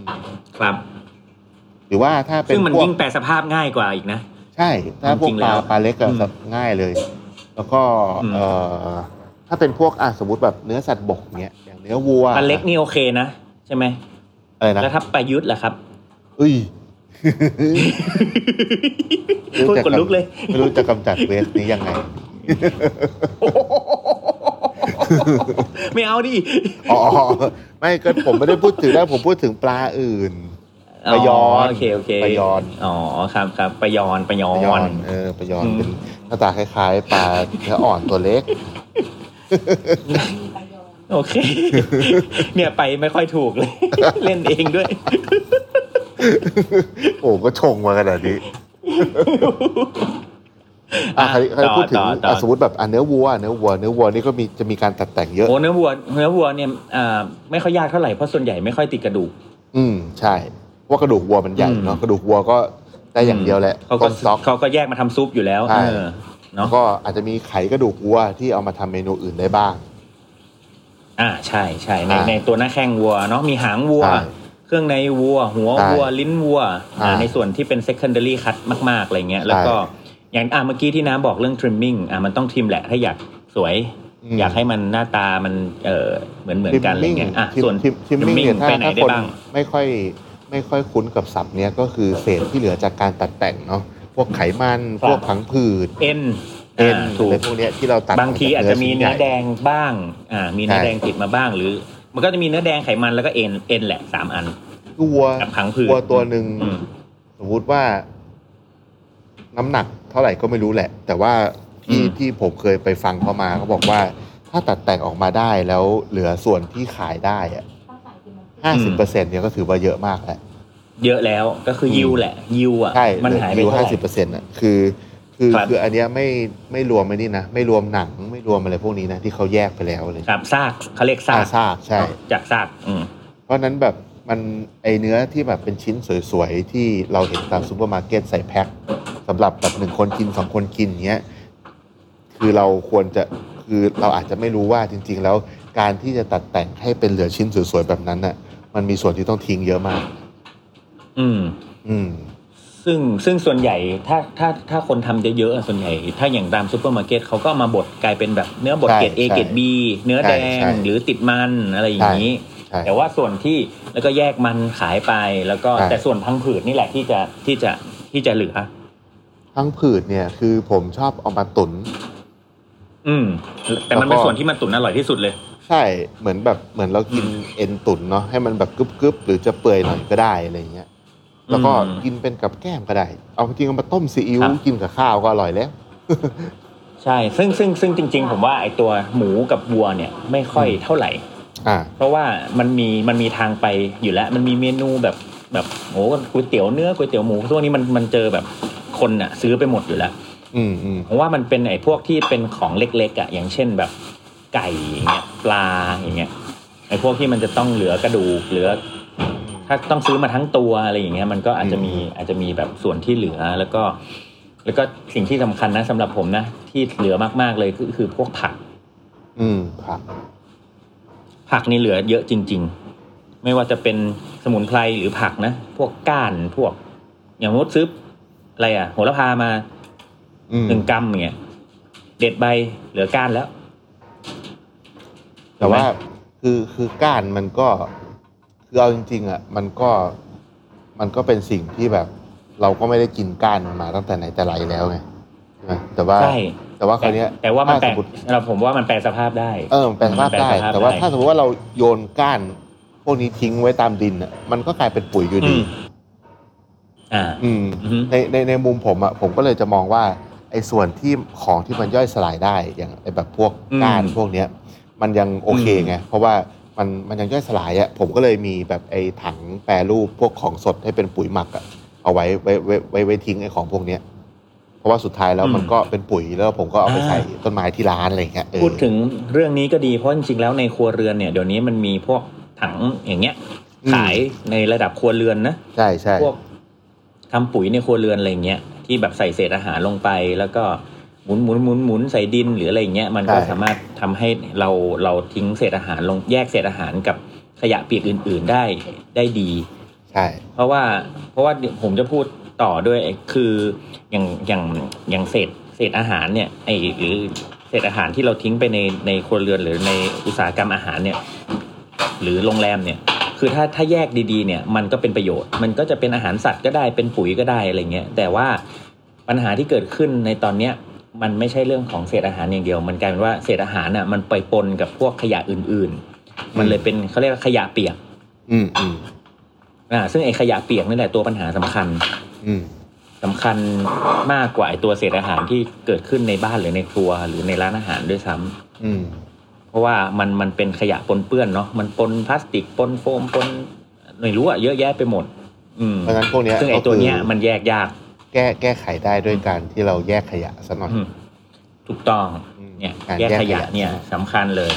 ครับ หรือว่าถ้าเป็น ซึ่งมัน พวก ยิ่งแปลสภาพง่ายกว่าอีกนะ ใช่ถ้าพว จริ ก ง ป แล้ ลาวปลาเล็กอะ อืม แบบง่ายเลย แล้วก็ อืม เอ่อถ้าเป็นพวกอ่ะสมมติแบบเนื้อสัตว์บกเนี้ยอย่างเนื้อวัว ปลาเล็กนี่โอเคนะใช่ไหม อะไรนะ แล้วถ้าปลายุทธ์ล่ะครับ เอ้ย พูดขนลุกเลย ไม่รู้จะกำจัดเวสนี้ยังไง ไม่เอาดิ อ๋อไม่ก็ผมไม่ได้พูดถึงนะผมพูดถึงปลาอื่น ปลายอน โอเคโอเค ปลายอน อ๋อครับครับปลายอนปลายอ ปลายอน นเออปลายอน อืม เป็นหน้าตาคล้ายๆปลาเนื้ออ่อนตัวเล็ก โอเค เนี่ยไปไม่ค่อยถูกเลย เล่นเองด้วย โอ้ก็ชงมาขนาดนี้อ่ะใครใคร ต่อ พูดถึง ต่อต่อ อ่ะสมมติแบบอ่ะเนื้อวัวเนื้อวัวเนื้อวัวนี่ก็มีจะมีการตัดแต่งเยอะ โอ้เนื้อวัวเนื้อวัวเนี่ยเอ่อไม่ค่อยยากเท่าไหร่เพราะส่วนใหญ่ไม่ค่อยติดกระดูก อืมใช่เพราะว่ากระดูกวัวมันใหญ่ อืม เนาะกระดูกวัวก็ได้อย่างเดียวแหละ เขาก็ ต้มสต๊อก เขาก็แยกมาทำซุปอยู่แล้ว ใช่ เออเนาะ ก็อาจจะมีไขกระดูกวัวที่เอามาทำเมนูอื่นได้บ้าง อ่าใช่ใช่ใน อ่า ในตัวหน้าแข้งวัวเนาะมีหางวัว ใช่ เครื่องในวัว หัว ใช่ วัวลิ้นวัวอ่า อ่า ในส่วนที่เป็น secondary cut มาก ๆ อะไรเงี้ย แล้วก็อย่างอ่าเมื่อกี้ที่น้าบอกเรื่อง trimming อ่ามันต้องทริมแหละถ้าอยากสวย อืม อยากให้มันหน้าตามันเออเหมือนเหมือนกันอะไรเงี้ยอ่ะ ทิม ส่วน ทิมทิมมิ่ง trimming เนี่ยถ้า ไปไหนได้ถ้าคน บ้าง ไม่ค่อยไม่ค่อยคุ้นกับศัพท์เนี้ยก็คือเศษที่เหลือจากการตัดแต่งเนาะพวกไขมัน ครับ พวกผังผืด เอ็น เอ็น อ่า อะ ถูก ไรพวกเนี้ยที่เราตัด บางทีอาจจะมีเนื้อแดงบ้าง อ่า มีเนื้อแดงติดมาบ้าง หรือ มันก็จะมีเนื้อแดงไขมันแล้วก็เอ็น เอ็นแหละสามอัน คือวัว กับผังผืด วัวตัวหนึ่ง อืม สมมุติว่า น้ำหนักเท่าไหร่ก็ไม่รู้แหละ แต่ว่าที่ อืม ที่ผมเคยไปฟังเขามาเขาบอกว่า ถ้าตัดแต่งออกมาได้แล้วเหลือส่วนที่ขายได้อะห้าสิบเปอร์เซ็นต์เนี่ยก็ถือว่าเยอะมากแล้ว เยอะแล้วก็คือยิวแหละ ยิวอ่ะ ใช่ มันหายไป อยู่ เท่า ห้า ไหร่ สิบเปอร์เซ็นต์อ่ะคือคือ ครับ คืออันเนี้ยไม่ไม่รวมไอ้นี่นะ ไม่รวมหนังไม่รวมอะไรพวกนี้นะ ที่เขาแยกไปแล้วเลย ครับซากเขาเรียกซา อ่าก ซากใช่ จากซากอืม เพราะฉะนั้นแบบมันไอเนื้อที่แบบเป็นชิ้นสวยๆ ที่เราเห็นตามซูเปอร์มาร์เก็ตใส่แพ็คสำหรับแบบหนึ่งคนกินสองคนกินเงี้ยคือเราควรจะคือเราอาจจะไม่รู้ว่าจริง ๆ แล้วการที่จะตัดแต่งให้เป็นเหลือชิ้นสวยๆแบบนั้นน่ะมันมีส่วนที่ต้องทิ้งเยอะมาก อืม อืม ซึ่งซึ่งส่วนใหญ่ถ้าถ้าถ้าคนทำเยอะๆอะส่วนใหญ่ ถ้าอย่างตามซูเปอร์มาร์เก็ตเขาก็มาบดกลายเป็นแบบเนื้อบด ใช่ เกรด A ใช่ เกรด B เนื้อแดง ใช่ใช่ หรือติดมันอะไรอย่างนี้ ใช่ แต่ว่าส่วนที่แล้วก็แยกมันขายไปแล้วก็ ใช่ แต่ส่วนพังผืดนี่แหละที่จะที่จะที่จะเหลือ ทั้งผืดเนี่ยคือผมชอบเอามาตุน อืม แต่มัน แล้ เป็ วน ก็ ส่วนที่มันตุ๋นอร่อยที่สุดเลย ใช่ เหมือนแบบเหมือนเรากินเอ็นตุ๋นเนาะให้มันแบบกรึบๆ หรือจะเปื่อยหน่อยก็ได้อะไรอย่างเงี้ย แล้วก็ อืม กินเป็นกับแกล้มก็ได้ เอาจริงๆเอามาต้มซีอิ๊ว ครับ กินกับข้าวก็อร่อยแล้ว ใช่ ซึ่งซึ่งซึ่งจริง ๆ ผมว่าไอตัวหมูกับวัวเนี่ยไม่ค่อยเท่าไหร่ อ่า เพราะว่ามันมีมันมีทางไปอยู่แล้ว มันมีเมนูแบบแบบโอ้ก๋วยเตี๋ยวเนื้อก๋วยเตี๋ยวหมูพวกนี้มันมันเจอแบบคนอะซื้อไปหมดอยู่แล้ว อืมอืม ผมว่ามันเป็นไอพวกที่เป็นของเล็กๆอะอย่างเช่นแบบไก่อย่างเงี้ยปลาอย่างเงี้ยไอพวกที่มันจะต้องเหลือกระดูกเหลือ ถ้าต้องซื้อมาทั้งตัวอะไรอย่างเงี้ยมันก็อาจจะมีอาจจะมีแบบส่วนที่เหลือแล้วก็ แล้วก็สิ่งที่สำคัญนะสำหรับผมนะ ที่เหลือมากๆเลยก็คือพวกผัก อืมผัก ผักนี่เหลือเยอะจริง ๆ ไม่ว่าจะเป็นสมุนไพรหรือผักนะ พวกก้านพวก อย่างมดซื้ออะไรอะโหระพามา อืม หนึ่งกรัมอย่างเงี้ยเด็ดใบเหลือก้านแล้ว แต่ว่าคือคือก้านมันก็คือเอาจริงๆอ่ะมันก็มันก็เป็นสิ่งที่แบบ เราก็ไม่ได้กินก้านมันมาตั้งแต่ไหนแต่ไรแล้วไงใช่ไหมแต่ว่า ใช่ แต่ว่าค แต่ ราวเนี้ย แต่ว่ามันแปล ถ้สติ สำหรับผมว่ามันแปลสภาพได้ เออมันแปลสภาพได้ มันแปลสภาพ แต่ว่า ได้ ถ้าสมมติว่าเราโยนก้านพวกนี้ทิ้งไว้ตามดินอ่ะ มันก็กลายเป็นปุ๋ยอยู่ดี อืม อ่า อืม อือฮึ ในในในมุมผมอ่ะ ผมก็เลยจะมองว่าไอ้ส่วนที่ของที่มันย่อยสลายได้อย่างไอ้แบบพวกก้านพวกเนี้ย มันยังโอเคไง เพราะว่ามันมันยังย่อยสลายอ่ะ ผมก็เลยมีแบบไอ้ถังแปรรูปพวกของสดให้เป็นปุ๋ยหมักอ่ะ เอาไว้ไว้ไว้ไว้ไว้ทิ้งไอ้ของพวกเนี้ย เพราะว่าสุดท้ายแล้วมันก็เป็นปุ๋ยแล้วผมก็เอาไปใส่ต้นไม้ที่ร้านอะไรอย่างเงี้ยเออ พูดถึงเรื่องนี้ก็ดีเพราะจริงๆแล้วในครัวเรือนเนี่ยเดี๋ยวนี้มันมีพวกถังอย่างเงี้ย ขายในระดับครัวเรือนนะ ใช่ใช่ พวกทำปุ๋ยในครัวเรือนอะไรเงี้ย ที่แบบใส่เศษอาหารลงไป แล้วก็หมุนหมุนหมุนหมุนใส่ดินหรืออะไรอย่างเงี้ยมันก็ ใช่ สามารถทำให้เราเราทิ้งเศษอาหารลงแยกเศษอาหารกับขยะเปียกอื่น ๆได้ได้ดี ใช่ เพราะว่าเพราะว่าเดี๋ยวผมจะพูดต่อด้วยคืออย่างอย่างอย่างเศษเศษอาหารเนี่ยไอหรือเศษอาหารที่เราทิ้งไปในในครัวเรือนหรือในอุตสาหกรรมอาหารเนี่ย หรือโรงแรมเนี่ย คือถ้าถ้าแยกดีๆเนี่ยมันก็เป็นประโยชน์ มันก็จะเป็นอาหารสัตว์ก็ได้เป็นปุ๋ยก็ได้อะไรเงี้ยแต่ว่าปัญหาที่เกิดขึ้นในตอนเนี้ยมันไม่ใช่เรื่องของเศษอาหารอย่างเดียว มันกลายเป็นว่าเศษอาหารน่ะมันไปปนกับพวกขยะอื่น ๆ มันเลยเป็นเขาเรียกว่าขยะเปียก อืมอืม อ่าซึ่งไอ้ขยะเปียกนี่แหละตัวปัญหาสำคัญ อืม สำคัญมากกว่าไอ้ตัวเศษอาหารที่เกิดขึ้นในบ้านหรือในครัวหรือในร้านอาหารด้วยซ้ำ อืม เพราะว่ามันมันเป็นขยะปนเปื้อนเนาะมันปนพลาสติกปนโฟมปนไม่รู้อะเยอะแยะไปหมด อืม เพราะงั้นพวกเนี้ย ซึ่งไอ้ ก็คือ ตัวเนี้ยมันแยกยาก แก้แก้ไขได้ด้วยการที่เราแยกขยะซะหน่อย อืมถูกต้อง อืม เนี่ย การ แยก แยก ข ข ยะ ยะ เนี่ยสำคัญเลย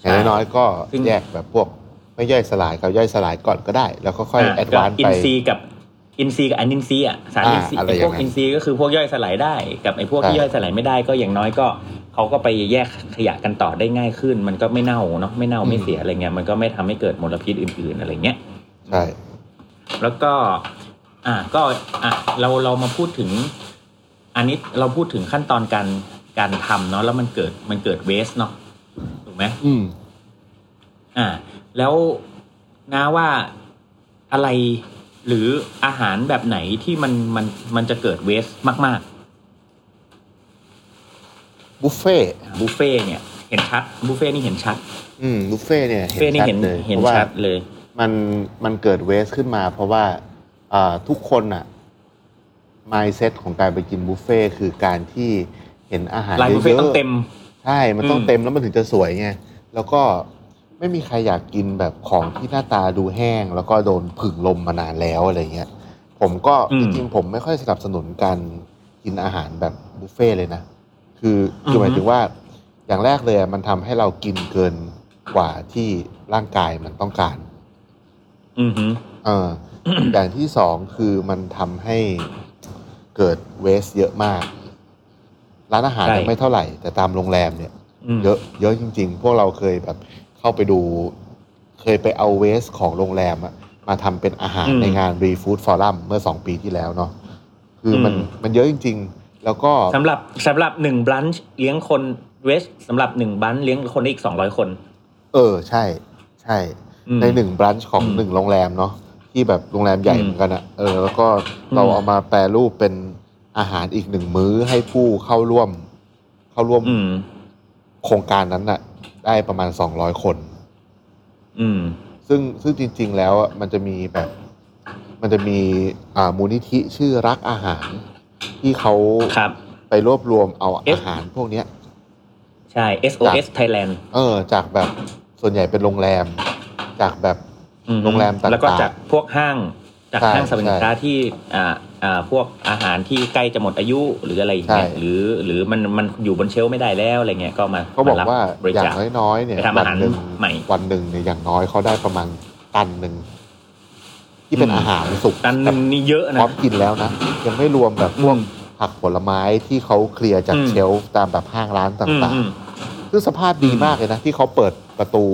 อย่างน้อยๆก็ ซึ่ง แยกแบบพวกไม่ย่อยสลายกับย่อยสลายก่อนก็ได้ แล้วก็ค่อยแอดวานซ์ อิ ไป นซีย์กับอินซีย์กับอันอินซีย์อ่ะสาร อ่า อินซีย์ อะไร ไอ้ อ พ ย่าวกงนั้น อินซีย์ก็คือพวกย่อยสลายได้ กับไอ้พวก ใช่ ที่ย่อยสลายไม่ได้ก็อย่างน้อยก็เขาก็ไปแยกขยะกันต่อได้ง่ายขึ้น มันก็ไม่เน่าเนาะไม่เน่าไม่เสียอะไรเงี้ยมันก็ไม่ทำให้เกิดมลพิษอื่นๆอะไรเงี้ย ใช่ แล้วก็อ่ะก็อ่ะเราเรามาพูดถึง อันนี้เราพูดถึงขั้นตอนการการทำเนาะแล้วมันเกิดมันเกิดเวสเนาะถูกไหม อืม อ่าแล้วนะว่าอะไรหรืออาหารแบบไหนที่มันมันมันจะเกิดเวสมาก บุฟเฟ่ต์ ๆบุฟเฟ่เนี่ยเห็นชัดบุฟเฟ่นี่เห็นชัด อืมบุฟเฟ่ต์เนี่ย บุฟเฟ่นี่ ชัด เห็น เลย เห็น เพราะว่า ชัดเลย มันมันเกิดเวสขึ้นมา เพราะว่าอ่าทุกคนอะ mindset ของการไปกินบุฟเฟ่ต์คือการที่เห็นอาหาร ลายบุฟเฟ่ต้องเต็ม ใช่ มันต้อง อืม เต็มแล้วมันถึงจะสวยไง แล้วก็ไม่มีใครอยากกินแบบของที่หน้าตาดูแห้ง แล้วก็โดนผึ่งลมมานานแล้วอะไรเงี้ย ผมก็จริงๆผมไม่ค่อยสนับสนุนการกินอาหารแบบบุฟเฟ่ต์เลยนะ คือคือหมายถึงว่าอย่างแรกเลยอะมันทำให้เรากินเกินกว่าที่ร่างกายมันต้องการ อือหือ เออ อย่างที่สองคือมันทำให้เกิดเวสเยอะมาก ร้านอาหาร ใช่ ยังไม่เท่าไหร่ แต่ตามโรงแรมเนี่ย ม เยอะเยอะจริง ๆ พวกเราเคยแบบเข้าไปดู เคยไปเอาเวสของโรงแรมอะมาทำเป็นอาหารในงานรีฟู้ดฟอรัมเมื่อสองปีที่แล้วเนาะคือมันมันเยอะจริง ๆ แล้วก็ สำหรับสำหรับหนึ่งบลันช์เลี้ยงคนเวสสำหรับหนึ่งบลันช์เลี้ยงคนได้อีกสองร้อยคน เออใช่ ใช่ อืม ในหนึ่งบรันช์ของ อืม หนึ่งโรงแรมเนาะที่แบบโรงแรมใหญ่ อืม เหมือนกันอะเออ แล้วก็เรา อืม เอามาแปรรูปเป็นอาหารอีกหนึ่งมื้อให้ผู้เข้าร่วม เข้าร่วม อืม โครงการนั้นอะได้ประมาณสองร้อยคน อืม ซึ่งซึ่งจริง ๆ แล้วอะมันจะมีแบบ มันจะมีอ่ามูลนิธิชื่อรักอาหาร ที่เขา ครับ ไปรวบรวมเอา เอ๊ะ อาหารพวกเนี้ย ใช่ SOS Thailand เออ จากแบบส่วนใหญ่เป็นโรงแรม จากแบบ อืม โรงแรมต่างๆ แล้วก็จากพวกห้าง จาก ใช่ ห้างสรรพสินค้าที่อ่าอ่าพวกอาหารที่ใกล้จะหมดอายุหรืออะไรอย่างเงี้ย ใช่ หรือหรือมันมันอยู่บนเชลฟ์ไม่ได้แล้วอะไรเงี้ยก็มา เขาบอก มรั ว่า บริ อย่า จาง ค น้อยๆเนี่ย ไปทำอาหาร หนึ่ง ใหม่ วันหนึ่งเนี่ยอย่างน้อยเขาได้ประมาณตันหนึ่งที่เป็น อืม อาหารสุก ตันหนึ่งนี่เยอะ พ นะ ร้อมกินแล้วนะ ยังไม่รวมแบบ ม่วง ผักผลไม้ที่เขาเคลียร์จาก อืม เชลฟ์ตามแบบห้างร้านต่าง อืม ๆ ซึ่งสภาพดีมากเลยนะ ที่เขาเปิดประตู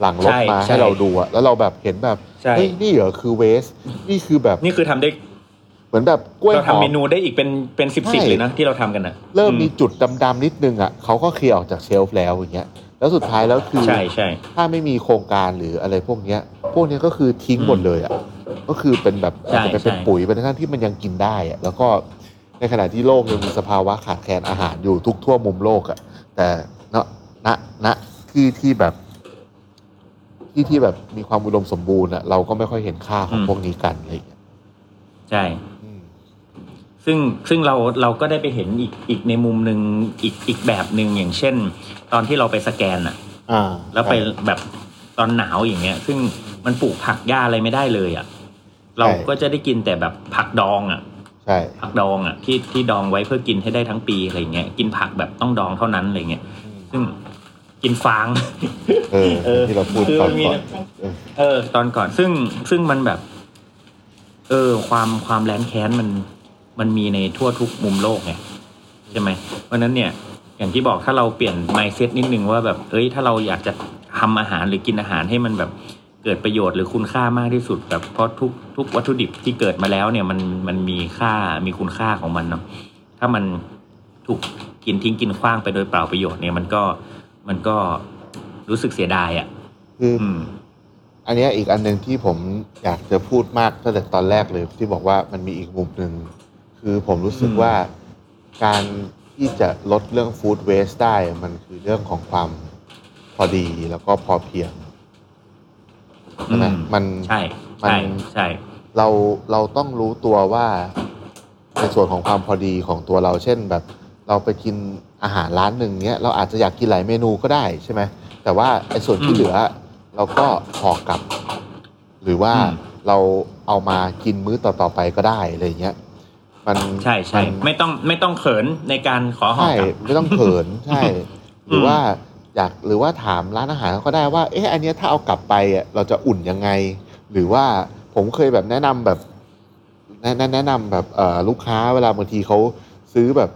หลังรถ ใช่ มา ใช่ ให้เราดูอะแล้วเราแบบเห็นแบบ ใช่ เฮ้ยนี่เหรอคือเวส นี่คือแบบ นี่คือทำได้ เหมือนแบบกล้วย เรา หอ ทำเม ม นูได้อีกเป็นเป็นสิบ ใช่ สิบเลยนะที่เราทำกันอ่ะ เริ่ม อื มีจุดดำๆนิดนึงอะเขาก็เคลียร์ออกจากเชลฟ์แล้วอย่างเงี้ยแล้วสุดท้ายแล้วคือ ใช่ใช่ ถ้าไม่มีโครงการหรืออะไรพวกเนี้ย พวกเนี้ยก็คือทิ้ง อืม หมดเลยอ่ะ ก็คือเป็นแบบ ใช่ อาจจะไปเป็น ใช่ ปุ๋ยเป็นทั้งที่มันยังกินได้อ่ะ แล้วก็ในขณะที่โลกยังมีสภาวะขาดแคลนอาหารอยู่ทุกทั่วมุมโลกอ่ะ แต่เนาะณณที่ที่แบบ ที่ที่แบบมีความอุดมสมบูรณ์อ่ะ เราก็ไม่ค่อยเห็นค่าของพวกนี้กันอะไรอย่างเงี้ย ใช่ อืม ซึ่งซึ่งเราเราก็ได้ไปเห็นอีกอีกในมุมหนึ่งอีกอีกแบบหนึ่งอย่างเช่น ตอนที่เราไปสแกนอ่ะ อ่า แล้วไป ใช่ แบบตอนหนาวอย่างเงี้ย ซึ่งมันปลูกผักหญ้าอะไรไม่ได้เลยอะ่ะ เรา ใช่ ก็จะได้กินแต่แบบผักดองอะ่ะ ใช่ ผักดองอะ่ะที่ที่ดองไว้เพื่อกินให้ได้ทั้งปีอะไรเงี้ย กินผักแบบต้องดองเท่านั้นอะไรเงี้ย อืม ซึ่งกินฟาง เออ เออ ที่เราพูด คือ ตอ มัน นมี ก่อนเออ เออ ตอนก่อนซึ่งซึ่งมันแบบ เออ ความความแรนแค้นมัน มันมีในทั่วทุกมุมโลกไงใช่ไหมเพราะฉะนั้นเนี่ย อย่างที่บอกถ้าเราเปลี่ยน mindset นิดนึงว่าแบบเอ้ยถ้าเราอยากจะทำอาหารหรือกินอาหารให้มันแบบเกิดประโยชน์หรือคุณค่ามากที่สุดแบบเพราะทุกทุกวัตถุดิบที่เกิดมาแล้วเนี่ยมันมันมีค่ามีคุณค่าของมันเนาะถ้ามันถูกกินทิ้งกินขว้างไปโดยเปล่าประโยชน์เนี่ยมันก็มันก็รู้สึกเสียดายอะ่ะ คืออ อืม อันเนี้ยอีกอันหนึ่งที่ผมอยากจะพูดมากตั้งแต่ตอนแรกเลยที่บอกว่ามันมีอีกมุมหนึ่งคือผมรู้สึก อืม ว่าการที่จะลดเรื่องฟู้ดเวสได้มันคือเรื่องของความพอดีแล้วก็พอเพียงใช่ไหม อืม มัน ใช่ใช่ มัน ใช่ เราเราต้องรู้ตัวว่าในส่วนของความพอดีของตัวเรา เช่นแบบ เราไปกินอาหารร้านหนึ่งเนี้ยเราอาจจะอยากกินหลายเมนูก็ได้ใช่ไหมแต่ว่าไอ้ส่วนที่เหลือ เราก็ห่อกลับ หรือว่าเราเอามากินมื้อต่อๆไปก็ได้อะไรเงี้ยมัน ใช่ใช่ มัน ไม่ต้องไม่ต้องเขินในการขอหอ ใช่ กลับ ไม่ต้องเขิน ใช่ หรือว่าอยากหรือว่าถามร้านอาหารเขาก็ได้ว่า เอ๊ะอันเนี้ยถ้าเอากลับไปอ่ะเราจะอุ่นยังไง หรือว่าผมเคยแบบแนะนำแบบ แนะแนะแนะนำแบบเอ่อลูกค้าเวลาบางทีเขาซื้อแบบ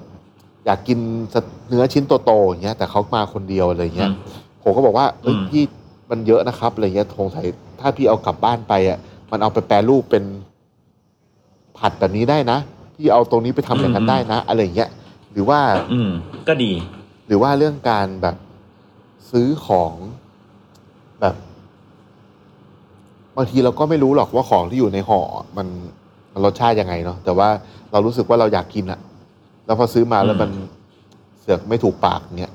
อยากกินสเตเนื้อชิ้นโตๆอย่างเงี้ย แต่เขามาคนเดียวอะไรเงี้ย อืม ผมก็บอกว่าเอ้ย อืม พี่มันเยอะนะครับอะไรเงี้ยทงไทยถ้าพี่เอากลับบ้านไปอ่ะ มันเอาไปแปรรูปเป็นผัดแบบนี้ได้นะพี่เอาตรงนี้ไปทำอย่างนั้นได้นะ อะไรเงี้ยหรือว่า อืม ก็ดี หรือว่าเรื่องการแบบซื้อของแบบบางทีเราก็ไม่รู้หรอกว่าของที่อยู่ในห่อมันมันรสชาติยังไงเนาะแต่ว่าเรารู้สึกว่าเราอยากกินอะแล้วพอซื้อมาแล้วมันเสือกไม่ถูกปากเนี้ย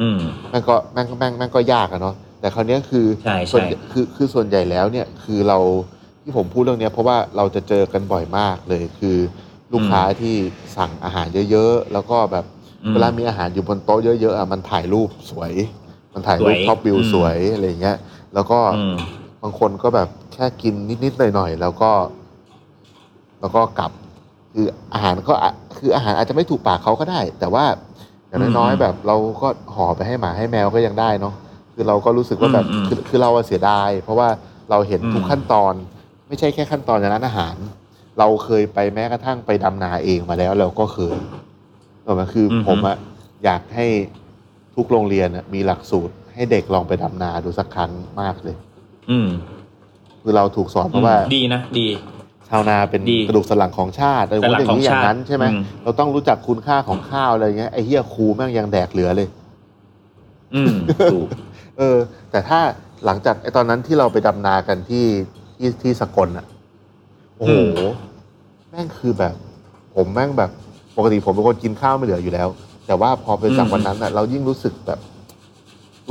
อืม แม่งก็แม่งแม่งแม่งก็ยากอะเนาะแต่คราวเนี้ยคือ ใช่ใช่ ส่วนคือคือส่วนใหญ่แล้วเนี่ย คือเราที่ผมพูดเรื่องเนี้ย เพราะว่าเราจะเจอกันบ่อยมากเลย คือลูกค้าที่สั่งอาหารเยอะๆแล้วก็แบบ อืม เวลามีอาหารอยู่บนโต๊ะเยอะๆอ่ะมันถ่ายรูปสวย มันถ่ายรูป สวย ท็อปวิว อืม สวยอะไรอย่างเงี้ย แล้วก็ อืม บางคนก็แบบแค่กินนิดๆหน่อยๆแล้วก็ แล้วก็กลับ คืออาหารก็อ่ะคืออาหารอาจจะไม่ถูกปากเขาก็ได้ แต่ว่าอย่างน้อย อืม ๆแบบเราก็ห่อไปให้หมาให้แมวก็ยังได้เนาะคือเราก็รู้สึกว่าแบบ อืมอืม คือคือเราอะเสียดาย เพราะว่าเราเห็น อืม ทุกขั้นตอน ไม่ใช่แค่ขั้นตอนในร้านอาหาร เราเคยไปแม้กระทั่งไปดำนาเองมาแล้วเราก็เคยถูกไหมคืออ อฮึ ผมอะอยากให้ทุกโรงเรียนอะมีหลักสูตร ให้เด็กลองไปดำนาดูสักครั้งมากเลย อืม คือเราถูกสอนเพราะว่า อืมดีนะ ดี ชาวนาเป็น ดี กระดูกสันหลังของชาติอะไร สันหลั องย่างของนี้อ ชาติ ย่างนั้นใช่ไหม อืม เราต้องรู้จักคุณค่าของข้าวอะไรเงี้ยไอ้เหี้ยครูแม่งยังแดกเหลือเลย อืมถูก เออ แต่ถ้าหลังจากไอ้ตอนนั้นที่เราไปดำนากันที่ที่ที่สกลอ่ะโอ้โห อืม แม่งคือแบบ ผมแม่งแบบปกติผมเป็นคนกินข้าวไม่เหลืออยู่แล้ว แต่ว่าพอไปจากวันนั้นอ่ะ เรายิ่งรู้สึกแบบ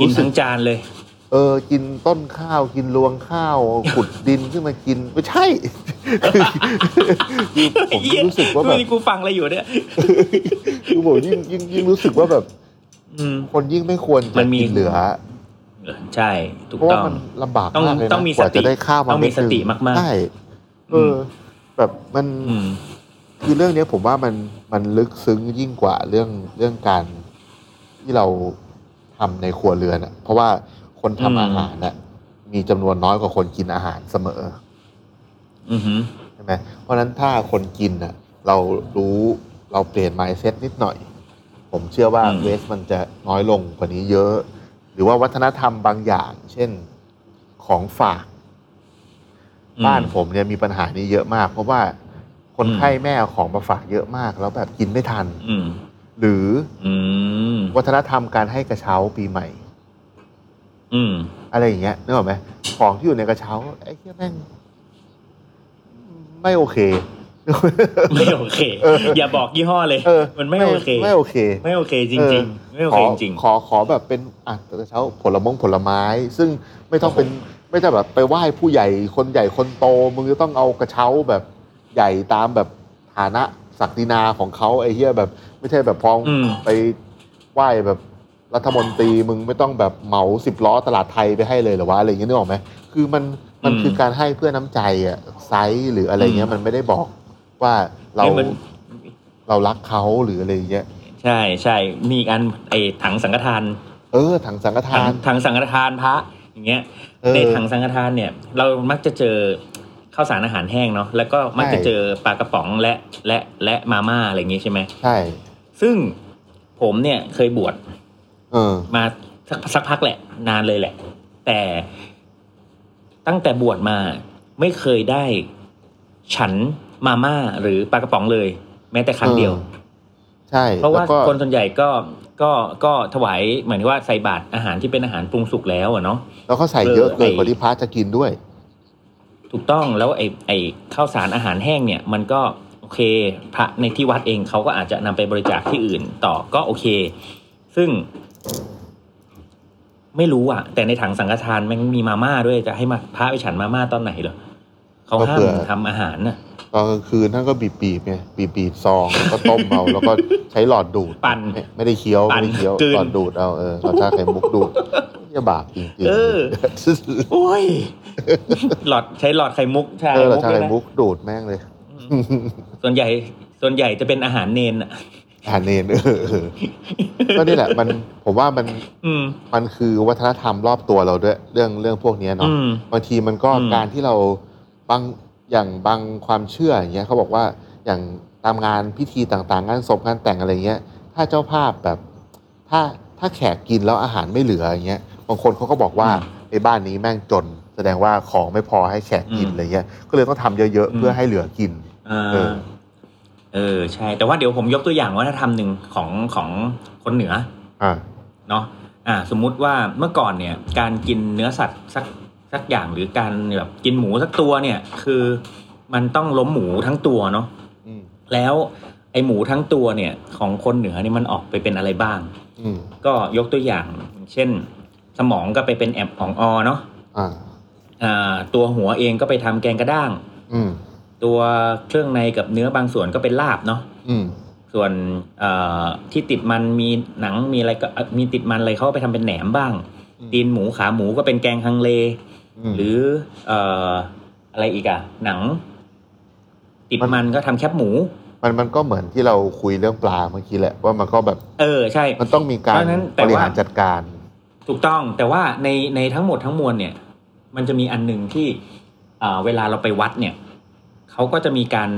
กินทั้งจานเลย เออ กินต้นข้าวกินรวงข้าว ขุดดินขึ้นมากินไม่ใช่ คือคือผม ไอ้เหี้ย รู้สึกว่าแบบ ไม่ได้กูฟังอะไรอยู่เนี่ย คือผมยิ่งยิ่งยิ่งรู้สึกว่าแบบ อืม คนยิ่งไม่ควร มั จะ นมี กินเหลือ ใช่ ถูก เพราะว่า ต้อง มันลำบาก ต้อง มากเลยนะ ต้องมี กว่า สติ จะได้ข้าวมา ต้องมี เดหนึ่ สติมากๆ ใช่เอออ ม แบบมัน อืม คือเรื่องเนี้ยผมว่ามันมันลึกซึ้งยิ่งกว่าเรื่องเรื่องการที่เราทำในครัวเรือนอะเพราะว่าคนทำ อืม อาหารน่ะมีจำนวนน้อยกว่าคนกินอาหารเสมอ อือหือ ใช่ไหมเพราะฉะนั้นถ้าคนกินน่ะ เรารู้เราเปลี่ยน mindset นิดหน่อย ผมเชื่อว่า อืม เวสมันจะน้อยลงกว่านี้เยอะ หรือว่าวัฒนธรรมบางอย่าง เช่นของฝาก อืม บ้านผมเนี่ยมีปัญหานี้เยอะมาก เพราะว่าคน อืม ไข้แม่เอาของมาฝากเยอะมาก แล้วแบบกินไม่ทัน อืม หรือ อืม วัฒนธรรมการให้กระเช้าปีใหม่ อืม อะไรอย่างเงี้ยนึกออกไหมของที่อยู่ในกระเช้าไอ้เหี้ยแม่งไม่โอเค ไม่โอเค เออ อย่าบอกยี่ห้อเลย เออ มันไม่โอเค ไม่โอเค ไม่โอเคจริง ๆ ไม่โอเคจริง ขอขอขอแบบเป็นอ่ะแต่เช้าผลมงผลไม้ ซึ่งไม่ต้องเป็นไม่ต้องแบบไปไหว้ผู้ใหญ่คนใหญ่คนโตมึงจะต้องเอากระเช้าแบบใหญ่ตามแบบฐานะศักดินาของเขาไอ้เหี้ยแบบ ไม่ใช่แบบพอง อืม ไปไหว้แบบรัฐมนตรีมึงไม่ต้องแบบเหมาสิบล้อตลาดไทยไปให้เลยเหรือวะอะไรอย่างเงี้ยนึกออกไหมคือมันมันคือการให้เพื่อน้ำใจอะไซส์หรืออะไรเงี้ยมันไม่ได้บอกว่าเรา เอ้ยมัน เรารักเขาหรืออะไรอย่างเงี้ย ใช่ใช่มีอีกอันไอถังสังฆทาน เออถังสังฆ ถั ทาง น ถังสังฆทานพระอย่างเงี้ย เออ ในถังสังฆทานเนี่ย เรามักจะเจอ ข้าวสารอาหารแห้งเนาะแล้วก็มักจะ ใช่ เจอปลากระป๋องและและและมาม่าอะไรอย่างงี้ใช่ไหม ใช่ ซึ่งผมเนี่ยเคยบวช เออ มาสักสักพักแหละ นานเลยแหละ แต่ตั้งแต่บวชมาไม่เคยได้ ฉันมาม่าหรือปลากระป๋องเลย แม้แต่ครั้งเดียว อืม ใช่ เพราะว่า แล้วก็ คนส่วนใหญ่ก็ก็ก็ถวายเหมือนที่ว่าใส่บาตรอาหารที่เป็นอาหารปรุงสุกแล้วอะเนาะ แล้วก็ใส่เยอะ เออ เกิน ไอ้ กว่าที่พระจะกินด้วย ถูกต้องแล้วไอ้ไอ้ข้าวสารอาหารแห้งเนี่ย มันก็โอเค พระในที่วัดเองเขาก็อาจจะนำไปบริจาคที่อื่นต่อก็โอเค ซึ่ง ไม่รู้อะแต่ในถังสังฆทานแมันมีมาม่าด้วยจะให้มาพระไปฉันมาม่าตอนไหนเหรอเขาห้าม ก็เผื่อ ทำอาหารน่ะ ตอนกลางคืนท่านก็บีบบีบๆไงบีบบีบๆซองแล้วก็ต้มเอา แล้วก็ใช้หลอดดูด ปั่น ไม่ไม่ได้เคี้ยว ปั่ ไม่ น ได้เคี้ยว กลืน หลอดดูดเอาเออหลอดชาไข่มุกดูดเนี่ยบาปจริงๆ เออ โอ้ย หลอดใช้หลอดไข่มุกใช่ เออหลอดด้วชาไข่ ยนะ มุกดูดแม่งเลย อืมส่วนใหญ่ ส่วนใหญ่จะเป็นอาหารเนนอะ ทานเนนเออเออก็นี่แหละ มันผมว่ามัน อืม มันคือวัฒนธรรมรอบตัวเราด้วย เรื่องเรื่องพวกเนี้ย อื เนาะ ม บางทีมันก็ อืม การที่เราบางอย่างบางความเชื่ออย่างเงี้ยเขาบอกว่าอย่างตามงานพิธีต่างๆ งานศพงานแต่งอะไรเงี้ย ถ้าเจ้าภาพแบบ ถ้าถ้าแขกกินแล้วอาหารไม่เหลืออย่างเงี้ยบางคนเขาก็บอกว่า อืม ในบ้านนี้แม่งจน แสดงว่าของไม่พอให้แขกกิน อืม อะไรเงี้ยก็เลยต้องทำเยอะ อืมๆเพื่อให้เหลือกิน อ่า เออ เออใช่ แต่ว่าเดี๋ยวผมยกตัวอย่างวัฒนธรรมหนึ่งของของคนเหนือ อ่า เนาะอ่า สมมุติว่าเมื่อก่อนเนี่ย การกินเนื้อสัตว์สักสักอย่างหรือการแบบกินหมูสักตัวเนี่ย คือมันต้องล้มหมูทั้งตัวเนาะ อืม แล้วไอหมูทั้งตัวเนี่ย ของคนเหนือเนี่ยมันออกไปเป็นอะไรบ้าง อืม ก็ยกตัวอย่างเช่น สมองก็ไปเป็นแอบของออเนาะ อ่า อ่าตัวหัวเองก็ไปทำแกงกระด้าง อืม ตัวเครื่องในกับเนื้อบางส่วนก็เป็นลาบเนาะ อืม ส่วนเอ่อที่ติดมันมีหนังมีอะไรก็เอ่อมีติดมันอะไรเขาเอาไปทำเป็นแหนมบ้าง ตีนหมูขาหมูก็เป็นแกงฮังเล ม หรือเอ่ออะไรอีกอะหนัง ติด มั มัน น ก็ทำแคบหมู มันมันก็เหมือนที่เราคุยเรื่องปลาเมื่อกี้แหละว่ามันก็แบบ เออใช่ มันต้องมีการ เพราะฉะนั้นแต่ บ ว่า ริหารจัดการ ถูกต้องแต่ว่าในในทั้งหมดทั้งมวลเนี่ย มันจะมีอันหนึ่งที่เอ่อเวลาเราไปวัดเนี่ยเขาก็จะมีการ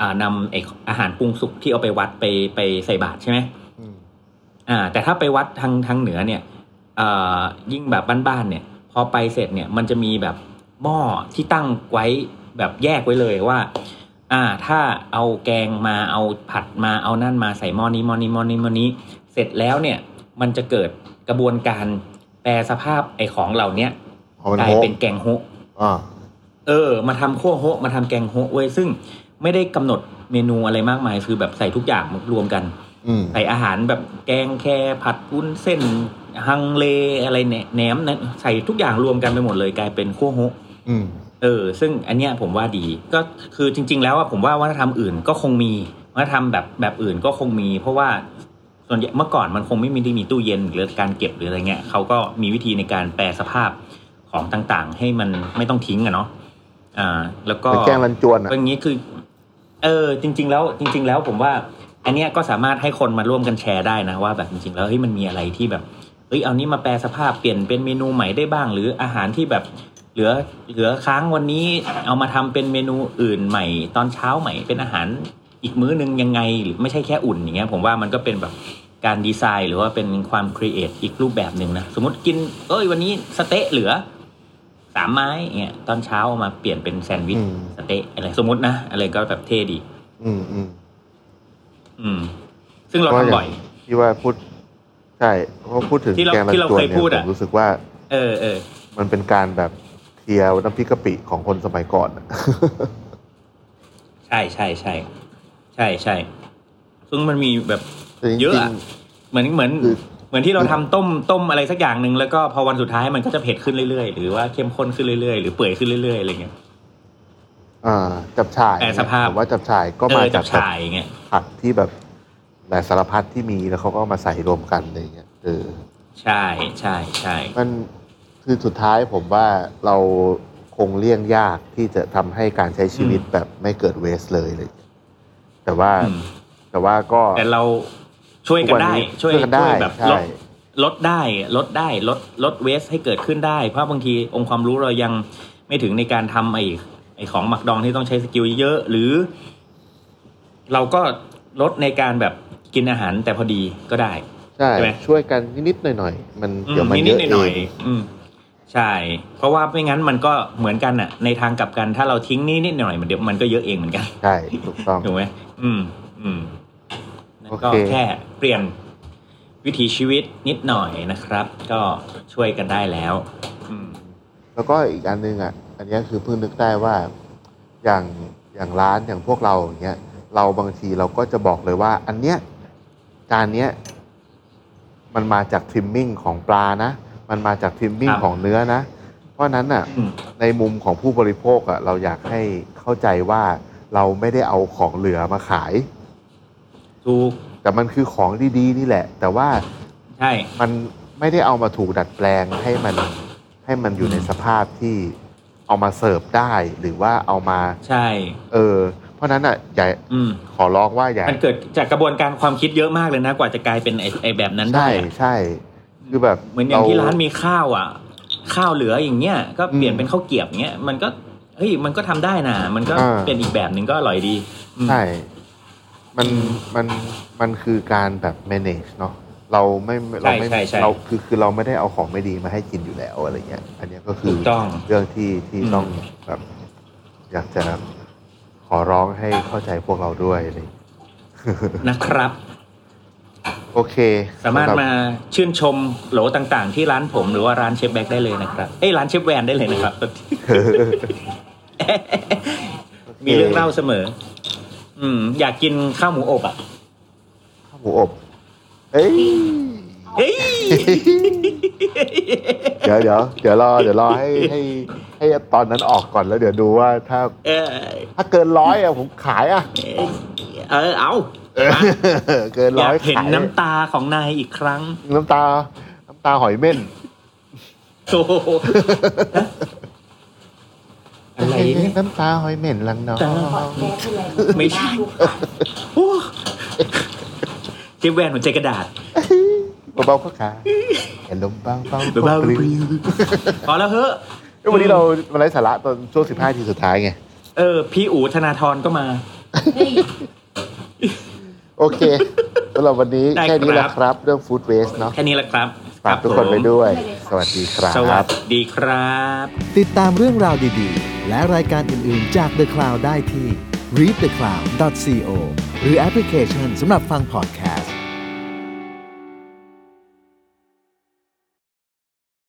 อ่านำไอ้อาหารปรุงสุกที่เอาไปวัดไปไปใส่บาตรใช่ไหม อืม อ่าแต่ถ้าไปวัดทางทางเหนือเนี่ยเอ่อยิ่งแบบบ้านๆเนี่ย พอไปเสร็จเนี่ยมันจะมีแบบหม้อที่ตั้งไว้แบบแยกไว้เลยว่า อ่าถ้าเอาแกงมาเอาผัดมาเอานั่นมาใส่หม้อนี้หม้อนี้หม้อนี้หม้อนี้ เสร็จแล้วเนี่ยมันจะเกิดกระบวนการแปรสภาพไอของเหล่าเนี้ย เอามัน กลาย โฮะ เป็นแกงโฮะ อ่า เออ มาทำขั้วโฮะมาทำแกงโฮะเว้ยซึ่งไม่ได้กำหนดเมนูอะไรมากมายคือแบบใส่ทุกอย่างรวมกัน อืม ใส่อาหารแบบแกงแคผัดวุ้นเส้น ฮังเลอะไรเนี่ยแหนมนะใส่ทุกอย่างรวมกันไปหมดเลยกลายเป็นขั้วโฮะ อืม เออ ซึ่งอันเนี้ยผมว่าดีก็คือจริง ๆ แล้วอะผมว่าวัฒนธรรมอื่นก็คงมีวัฒนธรรมแบบแบบอื่นก็คงมี เพราะว่าส่วนใหญ่เมื่อก่อนมันคงไม่มีได้มีตู้เย็นหรือการเก็บหรืออะไรเงี้ยเขาก็มีวิธีในการแปรสภาพของต่างๆ ให้มันไม่ต้องทิ้งอะเนาะอ่า แล้วก็ เป็นแกงรันจวนอ่ะ เป็นอย่างนี้คือ เออ จริง ๆ แล้วจริง ๆ แล้วผมว่า อันเนี้ยก็สามารถให้คนมาร่วมกันแชร์ได้นะว่าแบบจริง ๆ แล้วเฮ้ยมันมีอะไรที่แบบเฮ้ยเอานี้มาแปลสภาพเปลี่ยนเป็นเมนูใหม่ได้บ้าง หรืออาหารที่แบบเหลือเหลือค้างวันนี้เอามาทำเป็นเมนูอื่นใหม่ ตอนเช้าใหม่เป็นอาหารอีกมื้อนึงยังไงหรือไม่ใช่แค่อุ่นอย่างเงี้ยผมว่ามันก็เป็นแบบการดีไซน์หรือว่าเป็นความครีเอทอีกรูปแบบหนึ่งนะสมมติกิน เอ้ยวันนี้สเต๊ะเหลือสามไม้เงี้ยตอนเช้าเอามาเปลี่ยนเป็นแซนด์วิช อืม สเต๊ะอะไรสมมตินะ อะไรก็แบบเท่ดี อืมอืม อืม ซึ่งเราทำบ่อย ที่ว่าพูด ใช่เพราะพูดถึง ที่เรา แกงรัน ที่เรา จวน เคย เนี่ พูด ย อะ ผมรู้สึกว่า เออเออ มันเป็นการแบบเคลียร์น้ำพริกกะปิของคนสมัยก่อนอะ ใช่ใช่ใช่ใช่ใช่ซึ่งมันมีแบบ แต่จริงๆ เยอะอะ เหมือนเหมือน คือ เหมือนที่เราทำต้มต้มอะไรสักอย่างหนึ่งแล้วก็พอวันสุดท้ายมันก็จะเผ็ดขึ้นเรื่อยๆ หรือว่าเข้มข้นขึ้นเรื่อยๆ หรือเปื่อยขึ้นเรื่อยๆอะไรเงี้ย อ่าจับฉ่าย แต่สภาพ ผมว่าจับฉ่ายก็ เอ มา อจั จาก บชายอย่างเงี้ย ผักที่แบบหลายสารพัดที่มีแล้วเขาก็เอามาใส่รวมกันอะไรอย่างเงี้ยเออ ใช่ใช่ใช่ มันคือสุดท้ายผมว่าเราคงเลี่ยงยากที่จะทำให้การใช้ชีวิตแบบไม่เกิดเวสเลยเลย แต่ว่า อืม แต่ว่าก็ แต่เราช่วยกันได้ ช่วย ทุกนได้ ช่วยแบบล ใช่ ด ลดได้ลดได้ลดลดเวสให้เกิดขึ้นได้ เพราะบางทีองค์ความรู้เรายังไม่ถึงในการทำไอ้ ไอของหมักดองที่ต้องใช้สกิลเยอะหรือ เราก็ลดในการแบบกินอาหารแต่พอดีก็ได้ ใช่ ใช่ไหม ช่วยกันนิดๆหน่อยๆมัน อืม เดี๋ยวมันเยอะ นิด เอ ๆหน่อย ง ๆอืมใช่ เพราะว่าไม่งั้นมันก็เหมือนกันน่ะ ในทางกลับกันถ้าเราทิ้งนิดๆหน่อยๆมันเดี๋ยวมันก็เยอะเองเหมือนกัน ใช่ถูกต้อง ถูกไหมอืม อืมนั่นก็ โอเค แค่เปลี่ยนวิถีชีวิตนิดหน่อยนะครับ ก็ช่วยกันได้แล้ว อืม แล้วก็อีกอันนึงอ่ะ อันเนี้ยคือเพิ่งนึกได้ว่าอย่างอย่างร้านอย่างพวกเราอย่างเงี้ยเราบางทีเราก็จะบอกเลยว่า อันเนี้ยจานเนี้ยมันมาจากทริมมิ่งของปลานะ มันมาจากทริมมิ่ง ครับ ของเนื้อนะ เพราะฉะนั้นอ่ะ อืม ในมุมของผู้บริโภคอะเราอยากให้เข้าใจว่าเราไม่ได้เอาของเหลือมาขาย ถูก แต่มันคือของดีๆนี่แหละ แต่ว่า ใช่ มันไม่ได้เอามาถูกดัดแปลงให้มันให้มันอยู่ในสภาพที่เอามาเสิร์ฟได้ หรือว่าเอามา ใช่ เออ เพราะฉะนั้นอ่ะอย่า อืม ขอร้องว่าอย่า มันเกิดจากกระบวนการความคิดเยอะมากเลยนะ กว่าจะกลายเป็นไอ้ไอ้แบบนั้น ใช่ ได้อะ ใช่คือแบบ เหมือนอย่างที่ร้าน เ มีข้าวอ่ะ ข้าวเหลืออย่างเงี้ย ก็เปลี่ยน อืม เป็นข้าวเกรียบเงี้ย มันก็ เฮ้ย มันก็ทำได้นะ มันก็ อ่า เป็นอีกแบบหนึ่งก็อร่อยดีอืม ใช่ มัน มัน มันคือการแบบ manage เนาะ เราไม่ เราไม่ ใช่ใช่ใช่ เรา คือ คือเราไม่ได้เอาของไม่ดีมาให้กินอยู่แล้วอะไรเงี้ย อันเนี้ยก็คือ ถูกต้อง เรื่องที่ ที่ อืม ต้องแบบ อยากจะขอร้องให้เข้าใจพวกเราด้วยอะไรเงี้ย นะครับ โอเค สามารถ ำหบ มาชื่นชมโหลต่างๆ ที่ร้านผมหรือว่าร้านเชฟแบ็กได้เลยนะครับ เอ้ยร้านเชฟแวนได้เลยนะครับ โค มีเรื่องเล่าเสมอ อืม อยากกินข้าวหมูอบอ่ะ ข้าวหมูอบ เอ้ย เฮ้ย เดี๋ยวเดี๋ยวเดี๋ยวรอ เดี๋ยวรอให้ ให้ ให้ตอนนั้นออกก่อนแล้วเดี๋ยวดูว่าถ้า เออ ถ้าเกินร้อยอะผมขายอะ เออเอา เออเกิน อ ร้ ยา อก ย เห็น ขาย น้ำตาของนายอีกครั้ง น้ำตา น้ำตาหอยเม่น โอ้โหอะไรเนี่ย น้ำตาหอยเหม็นลังน้อง จ้า แก้ที่ไร ไม่ใช่ โอ้เชฟแวนหัวใจกระดา ษ เบาๆก็ขาเห็นลมเบาๆก็ เบา ปลิ้ว ๆพอแล้วเฮ้อะ เอ้ยวันนี้เรามาไร้สาระตอนช่วง 15 ทีสุดท้ายไง เออ พี่อู๋ธนาธรก็มา เฮ้ย โอเค สำหรับวันนี้ ได้ครับ แค่นี้แหละครับ เรื่องฟู้ดเวสเนาะ แค่นี้แหละครับ ฝากทุกคนไปด้วย สวัสดีครั สวั บ สดีครับ ติดตามเรื่องราวดีๆ และรายการอื่นๆจาก The Cloud ได้ที่ readthecloud.co หรือแอปพลิเคชันสำหรับฟัง podcast